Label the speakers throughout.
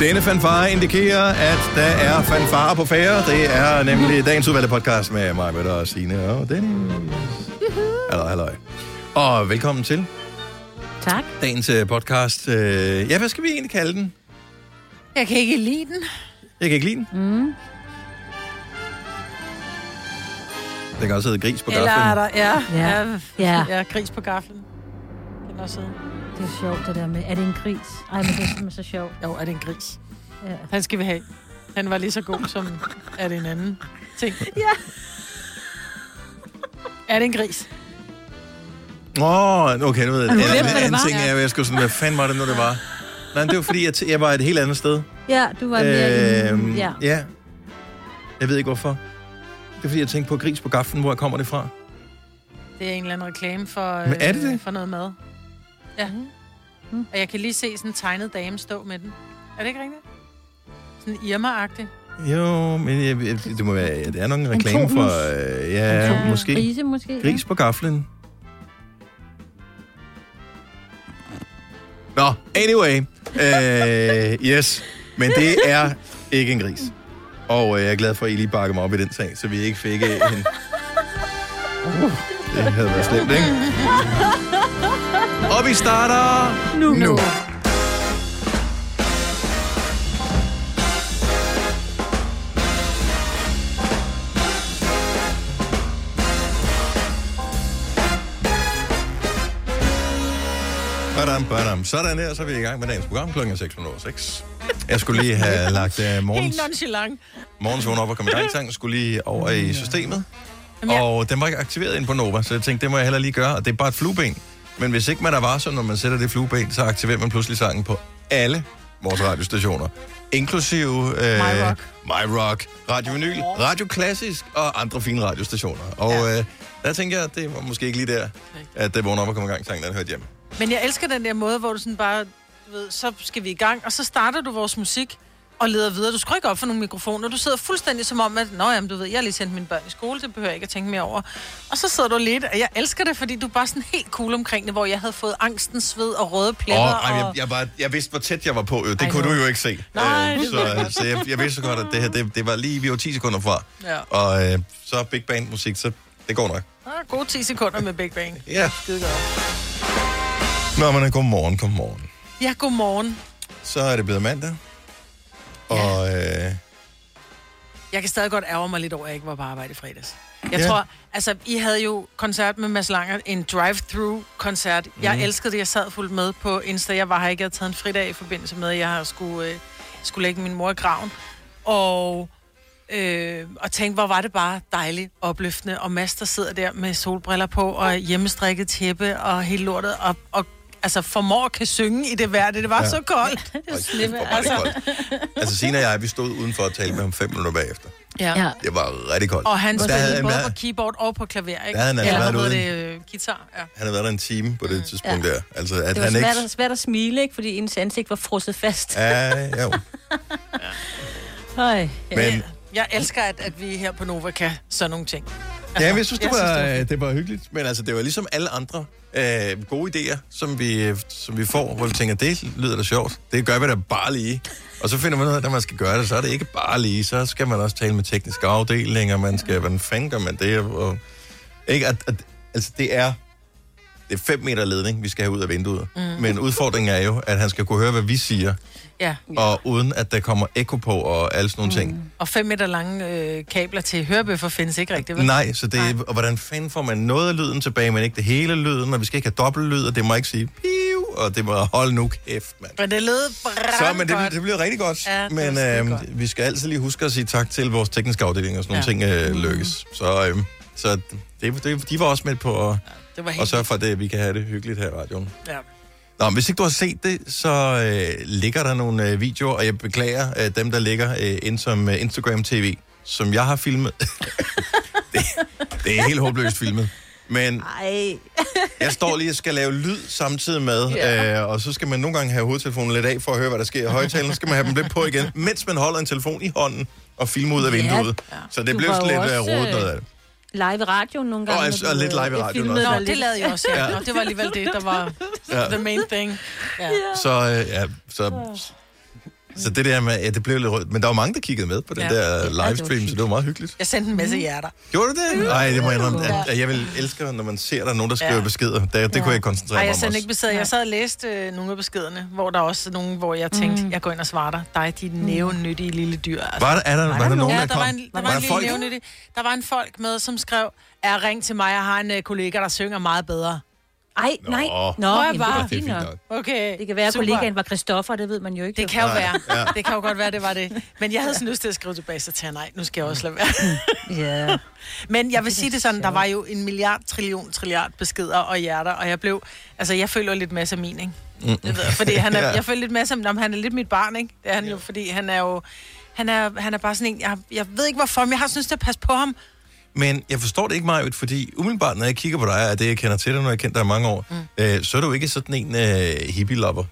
Speaker 1: Denne fanfare indikerer, at der er fanfare på færre. Det er nemlig dagens udvalgte podcast med mig, med og Signe og Dennis. Halløj, halløj. Og velkommen til
Speaker 2: Tak.
Speaker 1: dagens øh, podcast. Øh, Ja, hvad skal vi egentlig kalde den?
Speaker 2: Jeg kan ikke lide den.
Speaker 1: Jeg kan ikke lide den.
Speaker 2: Mm.
Speaker 1: Den kan også hedde gris på
Speaker 3: Eller er
Speaker 1: gaflen.
Speaker 3: der, ja, ja.
Speaker 2: Ja.
Speaker 3: ja. ja gris på gaflen. Kan også hedde.
Speaker 2: Det er sjovt, det der med, er det en gris? Ej, men det er simpelthen så sjovt.
Speaker 3: Jo, er det en gris?
Speaker 2: Ja.
Speaker 3: Den skal vi have. Den var lige så god som, er det en anden ting?
Speaker 2: Ja.
Speaker 3: Er det en gris?
Speaker 1: Åh, oh, okay, nu ved jeg.
Speaker 2: Har
Speaker 1: En
Speaker 2: du glemt, hvad det
Speaker 1: anden
Speaker 2: var?
Speaker 1: ting er, jeg skulle sådan, hvad fanden var det nu, det var? Nej, men det var fordi, jeg, t- jeg var et helt andet sted.
Speaker 2: ja, du var mere
Speaker 1: Øhm,
Speaker 2: i... Ja.
Speaker 1: ja. Jeg ved ikke hvorfor. Det er fordi, jeg tænkte på gris på gaflen, hvor jeg kommer det fra.
Speaker 3: Det er en eller anden reklame for, øh,
Speaker 1: Men er det det?
Speaker 3: for noget mad. Ja.
Speaker 2: Mhm.
Speaker 3: Og jeg kan lige se sådan en tegnet dame stå med den. Er det ikke rigtigt? Sådan irma-agtig.
Speaker 1: Jo, men jeg, jeg, det må være, ja, det er nok en reklame
Speaker 2: Antonus.
Speaker 1: for, øh, ja, måske.
Speaker 2: Grise måske.
Speaker 1: Gris på gaflen. Nå, anyway. Øh, yes, men det er ikke en gris. Og øh, jeg er glad for, at I lige bakker mig op i den sag, så vi ikke fik øh, en... Uh, det havde været slemt, ikke? Og vi starter nu. nu. Badam, badam. Sådan der, så er vi i gang med dagens program kl. 6.06. Jeg skulle lige have lagt uh,
Speaker 3: Helt
Speaker 1: morgens,
Speaker 3: nonchalant.
Speaker 1: morgens vågen op og komme i gang sang, skulle lige over i systemet.
Speaker 3: Jamen, ja.
Speaker 1: Og den var ikke aktiveret ind på Nova, så jeg tænkte, det må jeg heller lige gøre, og det er bare et flueben. Men hvis ikke man er varsom, når man sætter det flueben, så aktiverer man pludselig sangen på alle vores radiostationer. Inklusive øh,
Speaker 3: My Rock.
Speaker 1: My Rock, Radio Vinyl, Radio Klassisk og andre fine radiostationer. Og ja. øh, der tænker jeg, at det var måske ikke lige der, at det vågner op og kommer i gang, sangen den hørte hjemme.
Speaker 3: Men jeg elsker den der måde, hvor du sådan bare, du ved, så skal vi i gang, og så starter du vores musik og leder videre. Du skruer ikke op for nogle mikrofoner. Du sidder fuldstændig som om, at Nå, jamen, du ved, jeg har lige sendt mine børn i skole, det behøver jeg ikke at tænke mere over. Og så sidder du lidt, og jeg elsker det, fordi du er bare sådan helt cool omkring det, hvor jeg havde fået angsten, sved og røde
Speaker 1: Åh,
Speaker 3: pletter.
Speaker 1: oh, jeg,
Speaker 3: og...
Speaker 1: jeg, var, jeg vidste, hvor tæt jeg var på. øh, Det
Speaker 3: Ej,
Speaker 1: kunne
Speaker 3: hvor-
Speaker 1: du jo ikke se.
Speaker 3: Nej,
Speaker 1: Øh,
Speaker 3: det ved jeg
Speaker 1: så så jeg, jeg vidste så godt, at det her, det, det var lige, vi var 10 sekunder fra.
Speaker 3: Ja.
Speaker 1: Og øh, så Big Band musik, så det går nok.
Speaker 3: Ah, gode 10 sekunder med Big Bang.
Speaker 1: Ja.
Speaker 3: Skide godt.
Speaker 1: Nå, men øh, godmorgen, godmorgen.
Speaker 3: Ja, godmorgen.
Speaker 1: Så er det blevet mandag. Og øh,
Speaker 3: Jeg kan stadig godt ærge mig lidt over, at jeg ikke var på arbejde i fredags. Jeg
Speaker 1: Ja.
Speaker 3: ja. tror, altså, I havde jo koncert med Mads Langer, en drive-through-koncert. Jeg
Speaker 1: Mhm.
Speaker 3: elskede det, jeg sad fuldt med på Insta. Jeg var her ikke, jeg havde taget en fridag i forbindelse med, at jeg har skulle, øh, skulle lægge min mor i graven. Og, øh, og tænkte, hvor var det bare dejligt, opløftende. Og Mads, der sidder der med solbriller på, og hjemmestrikket tæppe, og helt lortet, og, og altså formår at kan synge i det vejr. Det var
Speaker 1: Ja.
Speaker 3: ja. så koldt.
Speaker 1: ej, kæft, hvor var det koldt. altså Sina og jeg, vi stod udenfor og talte med ham fem minutter bagefter.
Speaker 2: Ja.
Speaker 1: Det var rigtig koldt.
Speaker 3: Og han
Speaker 1: der havde
Speaker 3: spillede
Speaker 1: han
Speaker 3: både
Speaker 1: været-
Speaker 3: på keyboard og på klaver, ikke?
Speaker 1: Der havde han altså
Speaker 3: Eller
Speaker 1: været
Speaker 3: hvad
Speaker 1: ude.
Speaker 3: hedder det? øh, Guitar, ja.
Speaker 1: Han havde været der en time på det tidspunkt
Speaker 4: Ja.
Speaker 1: der. Altså, at
Speaker 4: Det var
Speaker 1: han ikke...
Speaker 4: svært, ikke... svært at smile, ikke? Fordi ens ansigt var frosset fast. Ja.
Speaker 1: Ja, jo.
Speaker 4: Høj.
Speaker 1: Men,
Speaker 3: Jeg elsker, at, at vi her på Nova kan sådan nogle ting.
Speaker 1: Ja, men jeg synes, det,
Speaker 3: Jeg synes,
Speaker 1: var, øh,
Speaker 3: det var
Speaker 1: det, var hyggeligt. Men altså, det var ligesom alle andre øh, gode idéer, som vi, øh, som vi får, hvor vi tænker, det lyder da sjovt. Det gør vi da bare lige. Og så finder man ud af, at man skal gøre det, så er det ikke bare lige. Så skal man også tale med tekniske afdelinger, man skal, hvordan fanden gør man det? Og, ikke? At, at, altså, det er, det er fem meter ledning, vi skal have ud af vinduet. Mm. Men udfordringen er jo, at han skal kunne høre, hvad vi siger,
Speaker 3: Ja, Mm.
Speaker 1: og uden at der kommer ekko på og alle sådan nogle ting.
Speaker 3: og fem meter lange øh, kabler til hørebøffer findes ikke rigtigt, vel?
Speaker 1: Nej, så det er, og hvordan fanden får man noget af lyden tilbage, men ikke det hele lyden, og vi skal ikke have dobbeltlyd, og det må ikke sige piv, og det må holde nu kæft, mand.
Speaker 3: Men det lød
Speaker 1: Så, men det,
Speaker 3: brandgodt.
Speaker 1: det bliver rigtig godt,
Speaker 3: Ja, det
Speaker 1: men
Speaker 3: var skide godt.
Speaker 1: øh, vi skal altid lige huske at sige tak til vores tekniske afdeling, og sådan nogle ting øh, lykkes. Så, øh, så det, det, de var også med på at,
Speaker 3: det var
Speaker 1: at
Speaker 3: helt...
Speaker 1: sørge for, at det, vi kan have det hyggeligt her i radioen.
Speaker 3: Ja.
Speaker 1: Nå, men hvis ikke du har set det, så øh, ligger der nogle øh, videoer, og jeg beklager øh, dem, der ligger øh, ind som øh, Instagram TV, som jeg har filmet. det, det er helt håbløst filmet. Men
Speaker 4: Ej.
Speaker 1: jeg står lige og skal lave lyd samtidig med, øh, og så skal man nogle gange have hovedtelefonen lidt af for at høre, hvad der sker i højtalen. Så skal man have dem lidt på igen, mens man holder en telefon i hånden og filmer ud af
Speaker 4: Ja,
Speaker 1: vinduet. Så det
Speaker 4: Du
Speaker 1: blev
Speaker 4: var
Speaker 1: sådan
Speaker 4: jo
Speaker 1: lidt øh,
Speaker 4: også,
Speaker 1: rodet
Speaker 4: øh,
Speaker 1: noget af det.
Speaker 4: Live i radioen nogle gange.
Speaker 1: Åh,
Speaker 4: når
Speaker 1: altså,
Speaker 4: du,
Speaker 1: og lidt
Speaker 4: øh,
Speaker 1: live i
Speaker 4: jeg
Speaker 1: radioen
Speaker 4: filmede dig
Speaker 1: også.
Speaker 3: Nå,
Speaker 4: lidt.
Speaker 3: det lavede jeg også, ja. Nå, det var alligevel det, der var
Speaker 1: Ja.
Speaker 3: the main thing. Ja.
Speaker 1: Så, øh, ja, så Så det der med, ja, det blev lidt rødt. Men der var mange, der kiggede med på den
Speaker 3: Ja.
Speaker 1: ja.
Speaker 4: Ja,
Speaker 1: der
Speaker 4: det var
Speaker 1: livestream, så det var meget hyggeligt.
Speaker 3: Jeg sendte en masse hjerter.
Speaker 1: Gjorde du det? Nej, det må jeg indrømme.
Speaker 2: Ja.
Speaker 1: At- at Jeg vil elske, når man ser, at der er nogen, der skriver
Speaker 3: Ja.
Speaker 1: ja. beskeder. Det, det kunne jeg ikke koncentrere
Speaker 3: Nej,
Speaker 1: mig
Speaker 3: jeg
Speaker 1: om
Speaker 3: sendte ikke
Speaker 1: også.
Speaker 3: beskeder. Jeg sad og læste øh, nogle af beskederne, hvor der er også nogle, hvor jeg
Speaker 4: Mm.
Speaker 3: tænkte, jeg går ind og svarer dig. Dig, dit nævnyttige lille dyr. Altså.
Speaker 1: Var der, er der, var der nogen,
Speaker 3: ja,
Speaker 1: der
Speaker 3: der
Speaker 1: kom?
Speaker 3: var en, der var, en lille
Speaker 1: folk?
Speaker 3: nævnyttig. Der var en folk med, som skrev, er ring til mig, jeg har en øh, kollega, der synger meget bedre.
Speaker 4: Ej,
Speaker 1: Nå.
Speaker 4: nej. Nå,
Speaker 3: Nå,
Speaker 4: jamen, det
Speaker 3: bare-
Speaker 4: var
Speaker 1: Ja, det er
Speaker 4: fint
Speaker 1: fint
Speaker 4: nok.
Speaker 1: nok.
Speaker 3: Okay,
Speaker 4: Det kan være, at
Speaker 3: super.
Speaker 4: kollegaen var Christoffer, det ved man jo ikke.
Speaker 3: Det
Speaker 4: jo.
Speaker 3: kan jo
Speaker 1: Nej,
Speaker 3: være.
Speaker 1: ja.
Speaker 3: Det kan jo godt være, det var det. Men jeg havde sådan lyst til at skrive tilbage, så tænkte jeg, nej, nu skal jeg også lade være.
Speaker 2: Ja.
Speaker 3: Men jeg vil sige det sådan, der var jo en milliard, trillion, trilliard beskeder og hjerter, og jeg blev, altså jeg føler lidt masse min, ikke? Mm. Fordi han er,
Speaker 1: Ja.
Speaker 3: jeg føler lidt masse, om han er lidt mit barn, ikke? Det er han jo, fordi han er jo, han er, han er bare sådan en, jeg, jeg ved ikke hvorfor, men jeg har synes til at passe på ham.
Speaker 1: Men jeg forstår det ikke, meget, fordi umiddelbart, når jeg kigger på dig, og det jeg kender til dig, når jeg har kendt dig i mange år, mm. øh, så er du ikke sådan en øh, hippie-lopper.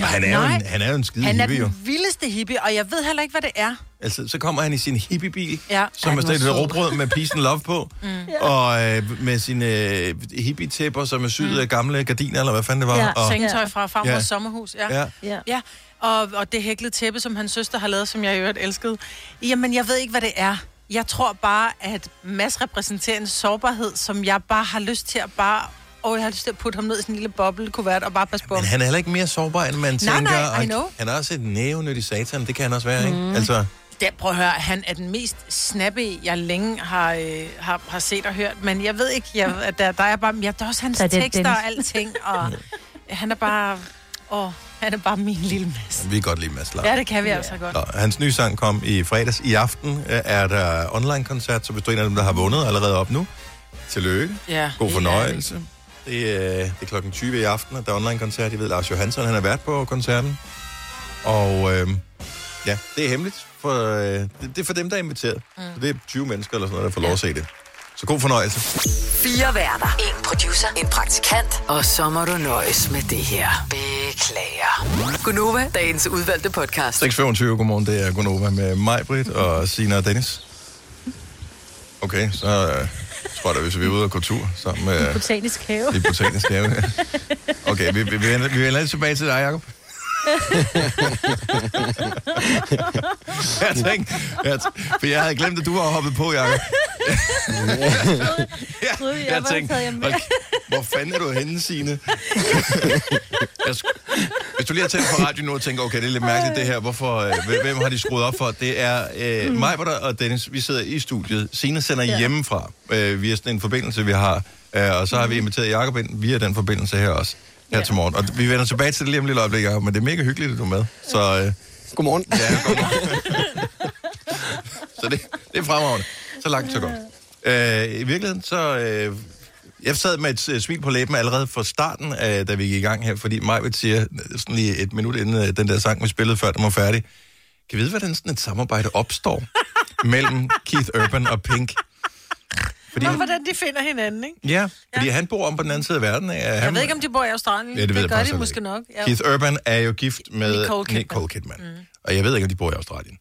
Speaker 1: Og han er, jo
Speaker 3: Nej.
Speaker 1: en, han er jo en skide
Speaker 3: Han er
Speaker 1: hippie, jo.
Speaker 3: den vildeste hippie, og jeg ved heller ikke, hvad det er.
Speaker 1: Altså, så kommer han i sin hippiebil,
Speaker 3: Ja.
Speaker 1: ja. som
Speaker 4: Ej,
Speaker 1: er
Speaker 4: den var
Speaker 1: stadig et
Speaker 4: sød.
Speaker 1: råbrød med peace and love på, mm. og øh, med sine øh, hippie-tæpper, som er syet af gamle gardiner, eller hvad fanden det var.
Speaker 4: Ja,
Speaker 1: og,
Speaker 3: Mm. Sengetøj fra farmors
Speaker 1: Ja.
Speaker 3: sommerhus, ja.
Speaker 1: ja.
Speaker 4: Ja.
Speaker 3: Ja, og, og det hæklede tæppe, som hans søster har lavet, som jeg i øvrigt elskede. Jamen, jeg ved ikke, hvad det er. Jeg tror bare, at Mads repræsenterer en sårbarhed, som jeg bare har lyst til at bare... Og jeg har lyst til at putte ham ned i sådan en lille boble-kuvert og bare passe på ham.
Speaker 1: Men han er heller ikke mere sårbar, end man tænker.
Speaker 3: nej,
Speaker 1: og
Speaker 3: I know. Mm.
Speaker 1: Han er også et nævenyttig satan, det kan han også være, ikke? Altså,
Speaker 3: Der, prøv at høre, han er den mest snappe, jeg længe har, øh, har, har set og hørt. Men jeg ved ikke, jeg, at der, der er bare... Ja, der er også hans
Speaker 2: Der er
Speaker 3: er
Speaker 2: det
Speaker 3: tekster
Speaker 2: Dennis.
Speaker 3: og alting, og han er bare... Åh, han er bare min lille Mads.
Speaker 1: vi kan godt lide Mads Langer.
Speaker 3: Ja, det kan vi altså godt.
Speaker 1: Nå, hans nye sang kom i fredags. I aften øh, er der online-koncert, så hvis du er en af dem, der har vundet allerede op nu, tillykke.
Speaker 3: Ja,
Speaker 1: God
Speaker 3: helt ærligt.
Speaker 1: fornøjelse. Det, øh, det er klokken 20 i aften, og der er online-koncert. Jeg ved, Lars Johansson han har været på koncerten. Og øh, ja, det er hemmeligt. For, øh, det, det er for dem, der er inviteret. Mm. Så det er 20 mennesker eller sådan noget, der får lov at se det. Så god fornøjelse.
Speaker 5: Fire værter. En producer. En praktikant. Og så må du nøjes med det her. Beklager. Gunova, dagens udvalgte podcast.
Speaker 1: 6.25, godmorgen. Det er Gunova med mig, Britt, og Sina og Dennis. Okay, så øh, tror jeg da, hvis vi er ude og gå tur sammen med... Øh,
Speaker 4: Botanisk have.
Speaker 1: I botanisk have. Okay, vi, vi, vi, vender, vi vender lidt tilbage til dig, Jacob. jeg tænkte, jeg, t- for jeg havde glemt, at du var hoppet på, Jacob. jeg,
Speaker 4: troede, jeg var taget hjem med.
Speaker 1: "Hold kæ- hvor fanden er du henne, Signe? jeg, sk- hvis du lige har tændt på radioen nu og tænker, okay, det er lidt mærkeligt det her, hvorfor, øh, hvem- hvem har de skruet op for? Det er øh,
Speaker 4: Mm.
Speaker 1: mig, hvor der og Dennis, vi sidder i studiet. Signe sender ja. hjemmefra øh, via sådan en forbindelse, vi har. Øh, og så
Speaker 4: Mm.
Speaker 1: har vi inviteret Jacob ind via den forbindelse her også, her ja. til morgen. Og vi vender tilbage til det lige om et lille øjeblik, Jacob, men det er mega hyggeligt, at du er med. Så, øh,
Speaker 6: Godmorgen.
Speaker 1: ja, godmorgen. så det, det er fremragende. Så langt, så godt. Øh, I virkeligheden, så... Øh, jeg sad med et øh, smil på læben allerede fra starten, øh, da vi gik i gang her, fordi Majbet siger øh, sådan lige et minut inden øh, den der sang, vi spillede før den var færdig, kan vi vide, hvordan sådan et samarbejde opstår mellem Keith Urban og Pink? Fordi,
Speaker 3: Nå, hvordan de finder hinanden, ikke?
Speaker 1: ja, fordi han bor om på den anden side af verden. Øh, han,
Speaker 3: Jeg ved ikke, om de bor i Australien.
Speaker 1: Ja, det, ved jeg
Speaker 3: gør
Speaker 1: faktisk
Speaker 3: de
Speaker 1: heller
Speaker 3: måske
Speaker 1: ikke.
Speaker 3: nok. Ja.
Speaker 1: Keith Urban er jo gift med
Speaker 3: Nicole
Speaker 1: Nicole
Speaker 3: Kidman.
Speaker 1: Kidman. Mm. Og jeg ved ikke, om de bor i Australien.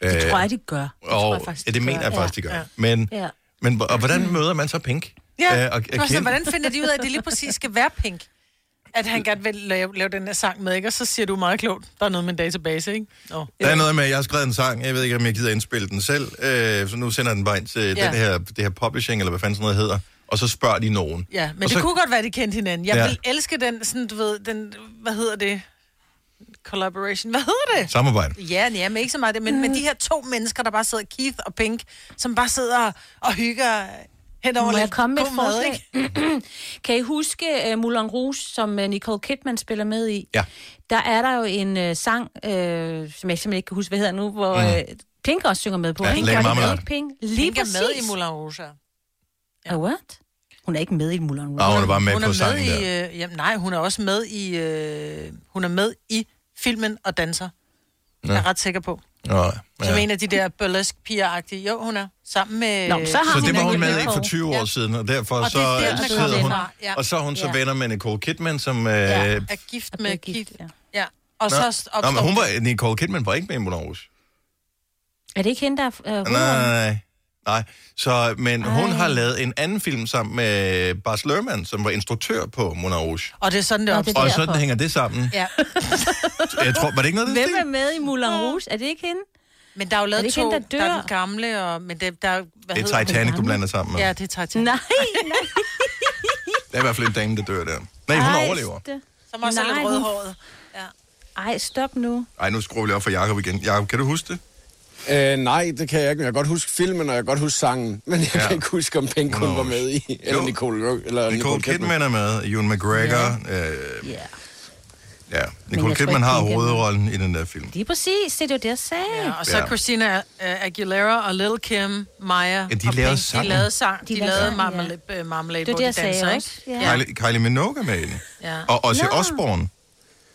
Speaker 1: Øh,
Speaker 4: Det tror jeg, de gør. Det tror
Speaker 1: Og,
Speaker 4: jeg faktisk,
Speaker 1: ja,
Speaker 4: de
Speaker 1: det mener
Speaker 4: gør.
Speaker 1: jeg faktisk, de
Speaker 3: Ja,
Speaker 1: gør.
Speaker 3: ja.
Speaker 1: Men,
Speaker 4: Ja.
Speaker 1: men og hvordan møder man så Pink?
Speaker 3: Ja,
Speaker 1: Øh, og,
Speaker 3: Nå,
Speaker 1: og
Speaker 3: så
Speaker 1: Kid-
Speaker 3: hvordan finder de ud af, at det lige præcis skal være pink? At han gerne vil lave, lave den her sang med, ikke? Og så siger du meget klogt, der er noget med en database, ikke? Nå.
Speaker 1: Der er noget med, at jeg har skrevet en sang, jeg ved ikke, om jeg gider indspille den selv, øh, så nu sender jeg den bare ind til
Speaker 3: Ja.
Speaker 1: ja. den her, det her publishing, eller hvad fanden sådan noget hedder, og så spørger de nogen.
Speaker 3: Ja, men
Speaker 1: og
Speaker 3: det
Speaker 1: så,
Speaker 3: kunne godt være, de kendte hinanden. Jeg ja.
Speaker 1: Ja.
Speaker 3: vil elske den, sådan, du ved, den, hvad hedder det? Collaboration. Hvad hedder det?
Speaker 1: Samarbejde.
Speaker 3: Ja, ja, men ikke så meget det. Men, men
Speaker 4: Øh.
Speaker 3: de her to mennesker, der bare sidder, Keith og Pink, som bare sidder og hygger hen over
Speaker 4: Må jeg
Speaker 3: lidt
Speaker 4: komme med et
Speaker 3: god mad,
Speaker 4: forslag?
Speaker 3: ikke?
Speaker 4: Kan I huske uh, Moulin Rouge, som uh, Nicole Kidman spiller med i?
Speaker 1: Ja.
Speaker 4: Der er der jo en uh, sang, uh, som jeg simpelthen ikke kan huske, hvad hedder nu, hvor mm. uh, Pink også synger med på.
Speaker 1: Ja,
Speaker 4: ikke?
Speaker 1: Lady
Speaker 4: Gør de
Speaker 1: Marmalade.
Speaker 4: ikke, Pink. Lige
Speaker 3: Pink er med i
Speaker 4: præcis.
Speaker 3: Moulin Rouge. ja.
Speaker 4: Ah, what? Hun er ikke med i Moulin Rouge.
Speaker 1: Og hun er bare med
Speaker 3: hun
Speaker 1: på
Speaker 3: er med
Speaker 1: sangen der.
Speaker 3: i, øh, jamen, nej, hun er også med i, øh, hun er med i filmen og danser. Ja. Jeg er ret sikker på.
Speaker 1: Nå,
Speaker 3: Som
Speaker 1: ja.
Speaker 3: en af de der burlesque piger Jo, hun er sammen med...
Speaker 4: Nå, men så har
Speaker 1: Så
Speaker 4: hun
Speaker 1: det var
Speaker 4: en
Speaker 1: hun med
Speaker 4: lille
Speaker 1: i for
Speaker 4: kog.
Speaker 1: 20 år siden, og derfor
Speaker 3: Og
Speaker 1: så
Speaker 3: det er der, den er
Speaker 1: sidder
Speaker 3: kommet
Speaker 1: hun,
Speaker 3: fra, ja.
Speaker 1: og så er hun så
Speaker 4: Ja.
Speaker 1: venner med Nicole Kidman, som... Øh,
Speaker 3: Ja, er gift
Speaker 4: Og
Speaker 3: med
Speaker 4: bliver gift,
Speaker 3: Keith. Ja.
Speaker 4: ja.
Speaker 3: ja. Og
Speaker 1: Nå,
Speaker 3: så opstår...
Speaker 1: Nå, men hun var, Nicole Kidman var ikke med i Moulin Rouge.
Speaker 4: Er det ikke hende, der er uh,
Speaker 1: Nej, nej, nej. Nej, så, men Ej. hun har lavet en anden film sammen med Bas Lerman, som var instruktør på Moulin Rouge.
Speaker 3: Og det er sådan, det
Speaker 4: Nå,
Speaker 3: er
Speaker 4: det er
Speaker 3: opstået.
Speaker 1: Og
Speaker 4: derfor.
Speaker 1: sådan hænger det sammen.
Speaker 3: Ja.
Speaker 1: Jeg tror, var det ikke noget, det
Speaker 4: Hvem er med i Moulin Rouge? Er det ikke hende?
Speaker 3: Men der er jo
Speaker 4: Er det
Speaker 3: lavet
Speaker 4: ikke
Speaker 3: to.
Speaker 4: hende, der
Speaker 3: der
Speaker 4: dør?
Speaker 3: er den gamle, og, men det, der, er- hvad
Speaker 1: Det
Speaker 3: hedder
Speaker 1: er
Speaker 3: hun?
Speaker 1: Titanic, du blander sammen med.
Speaker 3: Ja,
Speaker 1: Ja.
Speaker 3: det er Titanic.
Speaker 4: Nej, nej.
Speaker 1: Der er i hvert fald en dame, der dør der. Nej, hun overlever.
Speaker 4: st-
Speaker 3: Som også er
Speaker 4: Nej,
Speaker 3: lidt
Speaker 4: hun-
Speaker 3: rødhåret.
Speaker 4: Ej, stop nu.
Speaker 1: Ej, nu skruer vi lige op for Jacob igen. Jacob, kan du huske det?
Speaker 6: Øh, nej, det kan jeg ikke, men jeg kan godt huske filmen, og jeg kan godt huske sangen. Men jeg
Speaker 1: Ja.
Speaker 6: ja. kan ikke huske, om
Speaker 1: Nå.
Speaker 6: Penguin var med i. Eller
Speaker 1: Jo.
Speaker 6: Nicole, eller
Speaker 1: Nicole, Nicole Kidman er med, Ewan McGregor. Ja. Øh,
Speaker 4: Ja.
Speaker 1: ja.
Speaker 4: tror
Speaker 1: Nicole
Speaker 4: ikke,
Speaker 1: Kidman har
Speaker 4: hun kender.
Speaker 1: hovedrollen i den der film.
Speaker 4: Lige præcis, det er jo det, jeg sagde.
Speaker 3: Ja, og så
Speaker 1: Ja.
Speaker 3: ja. Christina øh, Aguilera og Lil Kim, Maya ja,
Speaker 1: de
Speaker 3: og
Speaker 1: lavede
Speaker 3: Pink,
Speaker 1: sangen.
Speaker 3: de lavede sang.
Speaker 4: De
Speaker 3: De,
Speaker 4: lavede
Speaker 3: lavede
Speaker 4: sangen, ja.
Speaker 3: Marmalade, ja. Marmalade
Speaker 4: Det er
Speaker 3: hvor
Speaker 4: det,
Speaker 3: de
Speaker 4: jeg sagde
Speaker 3: danser,
Speaker 4: også.
Speaker 3: ikke?
Speaker 4: Ja.
Speaker 1: Ja. Kylie, Kylie Minogue er med i den.
Speaker 3: Ja.
Speaker 1: Og også
Speaker 4: Nå.
Speaker 1: Osborne.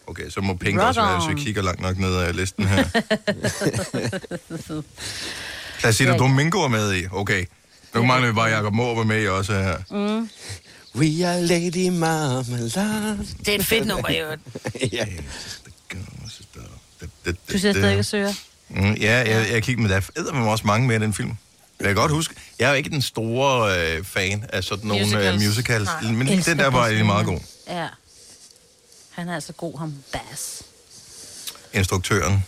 Speaker 1: Okay, så må Pink
Speaker 4: Rock
Speaker 1: også være, hvis
Speaker 4: on.
Speaker 1: vi kigger langt nok ned ad listen her. Placido Domingo er med i. Okay. Nu mangler vi bare Jacob Moore var med i også her.
Speaker 6: Mm. We are Lady Marmalade.
Speaker 3: Det er et fedt nummer, jo.
Speaker 6: ja.
Speaker 4: Du sidder stadig og søger.
Speaker 1: Mm, ja, jeg, jeg kigger med der er med også mange med i den film. Jeg kan godt huske, jeg er jo ikke den store øh, fan af sådan nogle musicals, øh,
Speaker 3: Musicals.
Speaker 1: musicals
Speaker 3: Nej.
Speaker 1: men lige den
Speaker 4: Elsker
Speaker 1: der var
Speaker 4: Bas
Speaker 1: egentlig meget god.
Speaker 4: Lerman. Ja. Han er altså god, ham Bass.
Speaker 1: Instruktøren. Han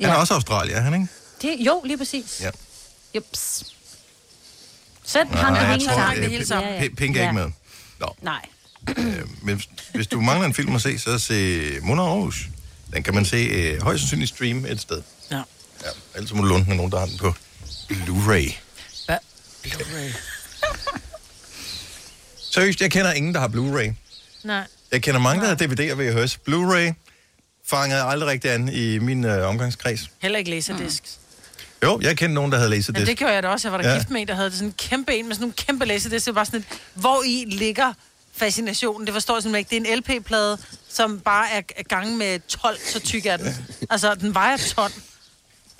Speaker 1: er
Speaker 4: Ja.
Speaker 1: også australier, er han ikke?
Speaker 4: Det, jo, lige præcis.
Speaker 1: Ja.
Speaker 4: Jups. Sæt ham
Speaker 1: Nej,
Speaker 4: på
Speaker 1: jeg
Speaker 4: hele
Speaker 1: tror,
Speaker 3: hang
Speaker 4: sammen.
Speaker 3: det
Speaker 1: øh,
Speaker 3: hele
Speaker 1: P-
Speaker 3: sammen.
Speaker 1: P- Pink er ikke
Speaker 4: Ja.
Speaker 1: med. Nå,
Speaker 4: Nej.
Speaker 1: øh, men hvis du mangler en film at se, så se Mona Aarhus. Den kan man se øh, højst sandsynligt stream et sted.
Speaker 3: Ja.
Speaker 1: Ja, ellers må du låne den af nogen, der har den på Blu-ray.
Speaker 3: Hva? Blu-ray.
Speaker 1: Seriøst, jeg kender ingen, der har Blu-ray.
Speaker 3: Nej.
Speaker 1: Jeg kender mange, der har DVD'er, vil jeg høre. Blu-ray fangede aldrig rigtig an i min øh, omgangskreds.
Speaker 3: Heller ikke laserdisk. Mm.
Speaker 1: Jo, jeg kendte nogen, der havde
Speaker 3: Men
Speaker 1: Laserdisc.
Speaker 3: det gjorde jeg da også. Jeg var der
Speaker 1: Ja.
Speaker 3: ja. gift med en, der havde sådan en kæmpe en med sådan nogle kæmpe laserdisk. Det var sådan et, hvor i ligger fascinationen. Det forstår jeg simpelthen ikke. Det er en LP-plade, som bare er er gange med 12, så tyk er den. Altså, den vejer 12.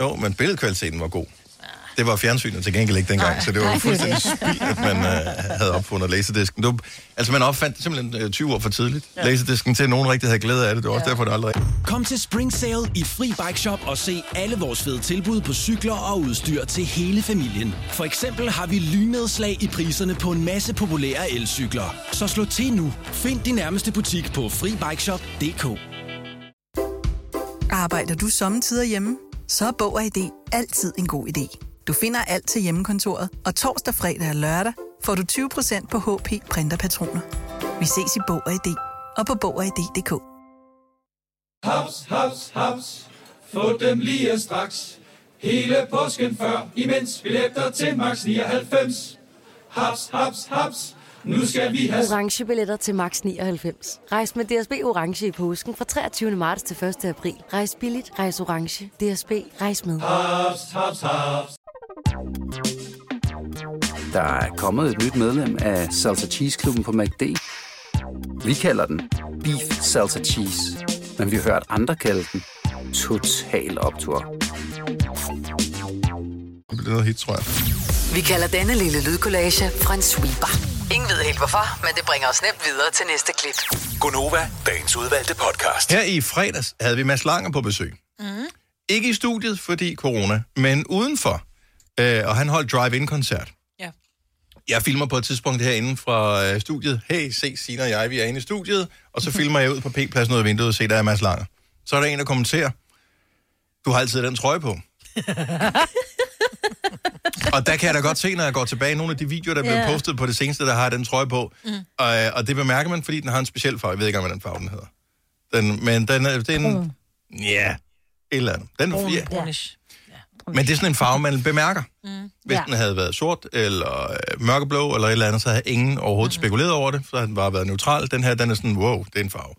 Speaker 1: Jo, men billedkvaliteten var god.
Speaker 3: Ah.
Speaker 1: Det var fjernsynet til gengæld ikke dengang, så det var fuldstændig spild, at man øh, havde opfundet laserdisken. Det var, altså, man opfandt det simpelthen øh, 20 år for tidligt. Ja. Laserdisken til, at nogen rigtig havde glæde af det. Det var også ja. derfor, det aldrig...
Speaker 7: Kom til Spring Sale i Fri Bike Shop og se alle vores fede tilbud på cykler og udstyr til hele familien. For eksempel har vi lynedslag i priserne på en masse populære elcykler. Så slå til nu. Find din nærmeste butik på FriBikeShop.dk
Speaker 8: Arbejder du sommetider hjemme? Så er Bog og ID altid en god idé. Du finder alt til hjemmekontoret, og torsdag, fredag og lørdag får du 20% på HP Printerpatroner. Vi ses i Bog og ID og på Bog og ID.dk.
Speaker 9: Haps, haps, haps. Få dem lige straks. Hele påsken før, imens billetter til max 99. Haps, haps, haps. Nu skal vi have
Speaker 10: Orange billetter til max 99. Rejs med DSB Orange i påsken fra 23. marts til 1. april. Rejs billigt, rejs orange. DSB, rejs med.
Speaker 9: haps, haps, haps.
Speaker 11: Der er kommet et nyt medlem af Salsa Cheese Klubben på MACD. Vi kalder den Beef Salsa Cheese, men vi har hørt andre kalde den Total Optor.
Speaker 1: Det blev noget hit, tror jeg.
Speaker 5: Vi kalder denne lille lydkollage en sweeper. Ingen ved helt hvorfor, men det bringer os nemt videre til næste klip.
Speaker 7: Gonova, dagens udvalgte podcast.
Speaker 1: Her i fredags havde vi Mads Langer på besøg. Mm. Ikke i studiet, fordi corona, men udenfor. Øh, og han holdt drive-in-koncert.
Speaker 3: Ja.
Speaker 1: Jeg filmer på et tidspunkt herinde fra øh, studiet. Hey, se, Sina og jeg, vi er inde i studiet. Og så filmer jeg ud på P-pladsen ud af vinduet og ser, der er Mads Langer. Så er der en, der kommenterer. Du har altid den trøje på. og der kan jeg da godt se, når jeg går tilbage, nogle af de videoer, der er blevet
Speaker 4: Ja.
Speaker 1: postet på det seneste, der har jeg den trøje på. Mm. Og, øh, og det bemærker man, fordi den har en speciel farve. Jeg ved ikke, engang, hvad den farve den hedder. Den, men den er... Den, ja, et eller andet. Den, ja,
Speaker 3: Brunish.
Speaker 1: men det er sådan en farve, man bemærker. Mm. Hvis ja.
Speaker 4: Ja.
Speaker 1: den havde været sort, eller øh, mørkeblå, eller et eller andet, så havde ingen overhovedet mm. spekuleret over det, så havde den bare været neutral. Den her, den er sådan, wow, det er en farve.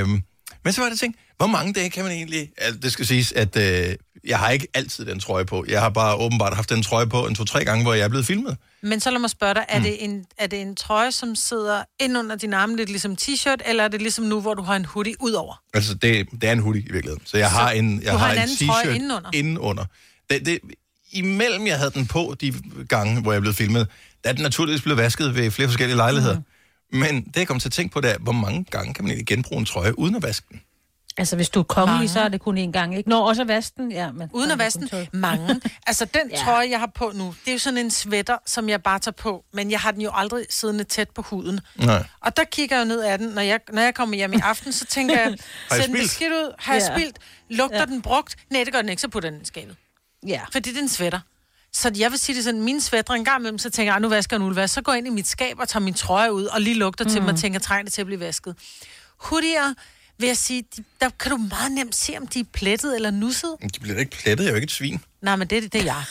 Speaker 1: Øhm, men så var det ting, hvor mange dage kan man egentlig... Altså, det skal siges, at øh, jeg har ikke altid den trøje på. Jeg har bare åbenbart haft den trøje på en to-tre gange, hvor jeg er blevet filmet.
Speaker 3: Men så lad mig spørge dig, er, mm. det en, er det en trøje, som sidder ind under din arme, lidt ligesom t-shirt, eller er det ligesom nu, hvor du har en hoodie ud over?
Speaker 1: Altså, det, det er en hoodie i virkeligheden. Så jeg har en, jeg
Speaker 3: du har
Speaker 1: har
Speaker 3: en
Speaker 1: en,
Speaker 3: anden
Speaker 1: t-shirt
Speaker 3: trøje indenunder?
Speaker 1: indenunder. Det, det, imellem jeg havde den på de gange, hvor jeg blev filmet, der er den naturligvis blevet vasket ved flere forskellige lejligheder. Mm. Men det, jeg kom til at tænke på, det er, hvor mange gange kan man egentlig genbruge en trøje uden at vaske den?
Speaker 2: Altså, hvis du er kongelig,
Speaker 3: Mange.
Speaker 2: så er det kun én gang, ikke? Nå, også at vaske den, ja. Men
Speaker 3: Uden at vaske den. Mange. Altså, den
Speaker 2: Ja.
Speaker 3: ja. trøje, jeg har på nu, det er jo sådan en sweater, som jeg bare tager på, men jeg har den jo aldrig siddende tæt på huden.
Speaker 1: Nej.
Speaker 3: Og der kigger jeg ned af den, når jeg, når jeg kommer hjem i aften, så tænker jeg,
Speaker 1: jeg
Speaker 3: ser den
Speaker 1: spildt?
Speaker 3: beskidt ud? Har jeg
Speaker 2: Ja.
Speaker 3: spildt? Lugter den brugt? Nej, det gør den ikke, så putter den i skabet.
Speaker 2: Ja.
Speaker 3: Fordi det er en sweater. Så jeg vil sige det sådan, mine sweater en gang imellem, så tænker jeg, "Ah, nu vasker jeg en uldvask. Så går jeg ind i mit skab og tager min trøje ud, og lige lugter mm. til
Speaker 2: Mm.
Speaker 3: mig og tænker, trænger det til at blive vasket. Hoodier, vil jeg sige, de- der kan du meget nemt se, om de er plettet eller nusset.
Speaker 1: Men De bliver da ikke plettet, jeg er jo ikke et svin.
Speaker 3: Nej, men det, det er jeg.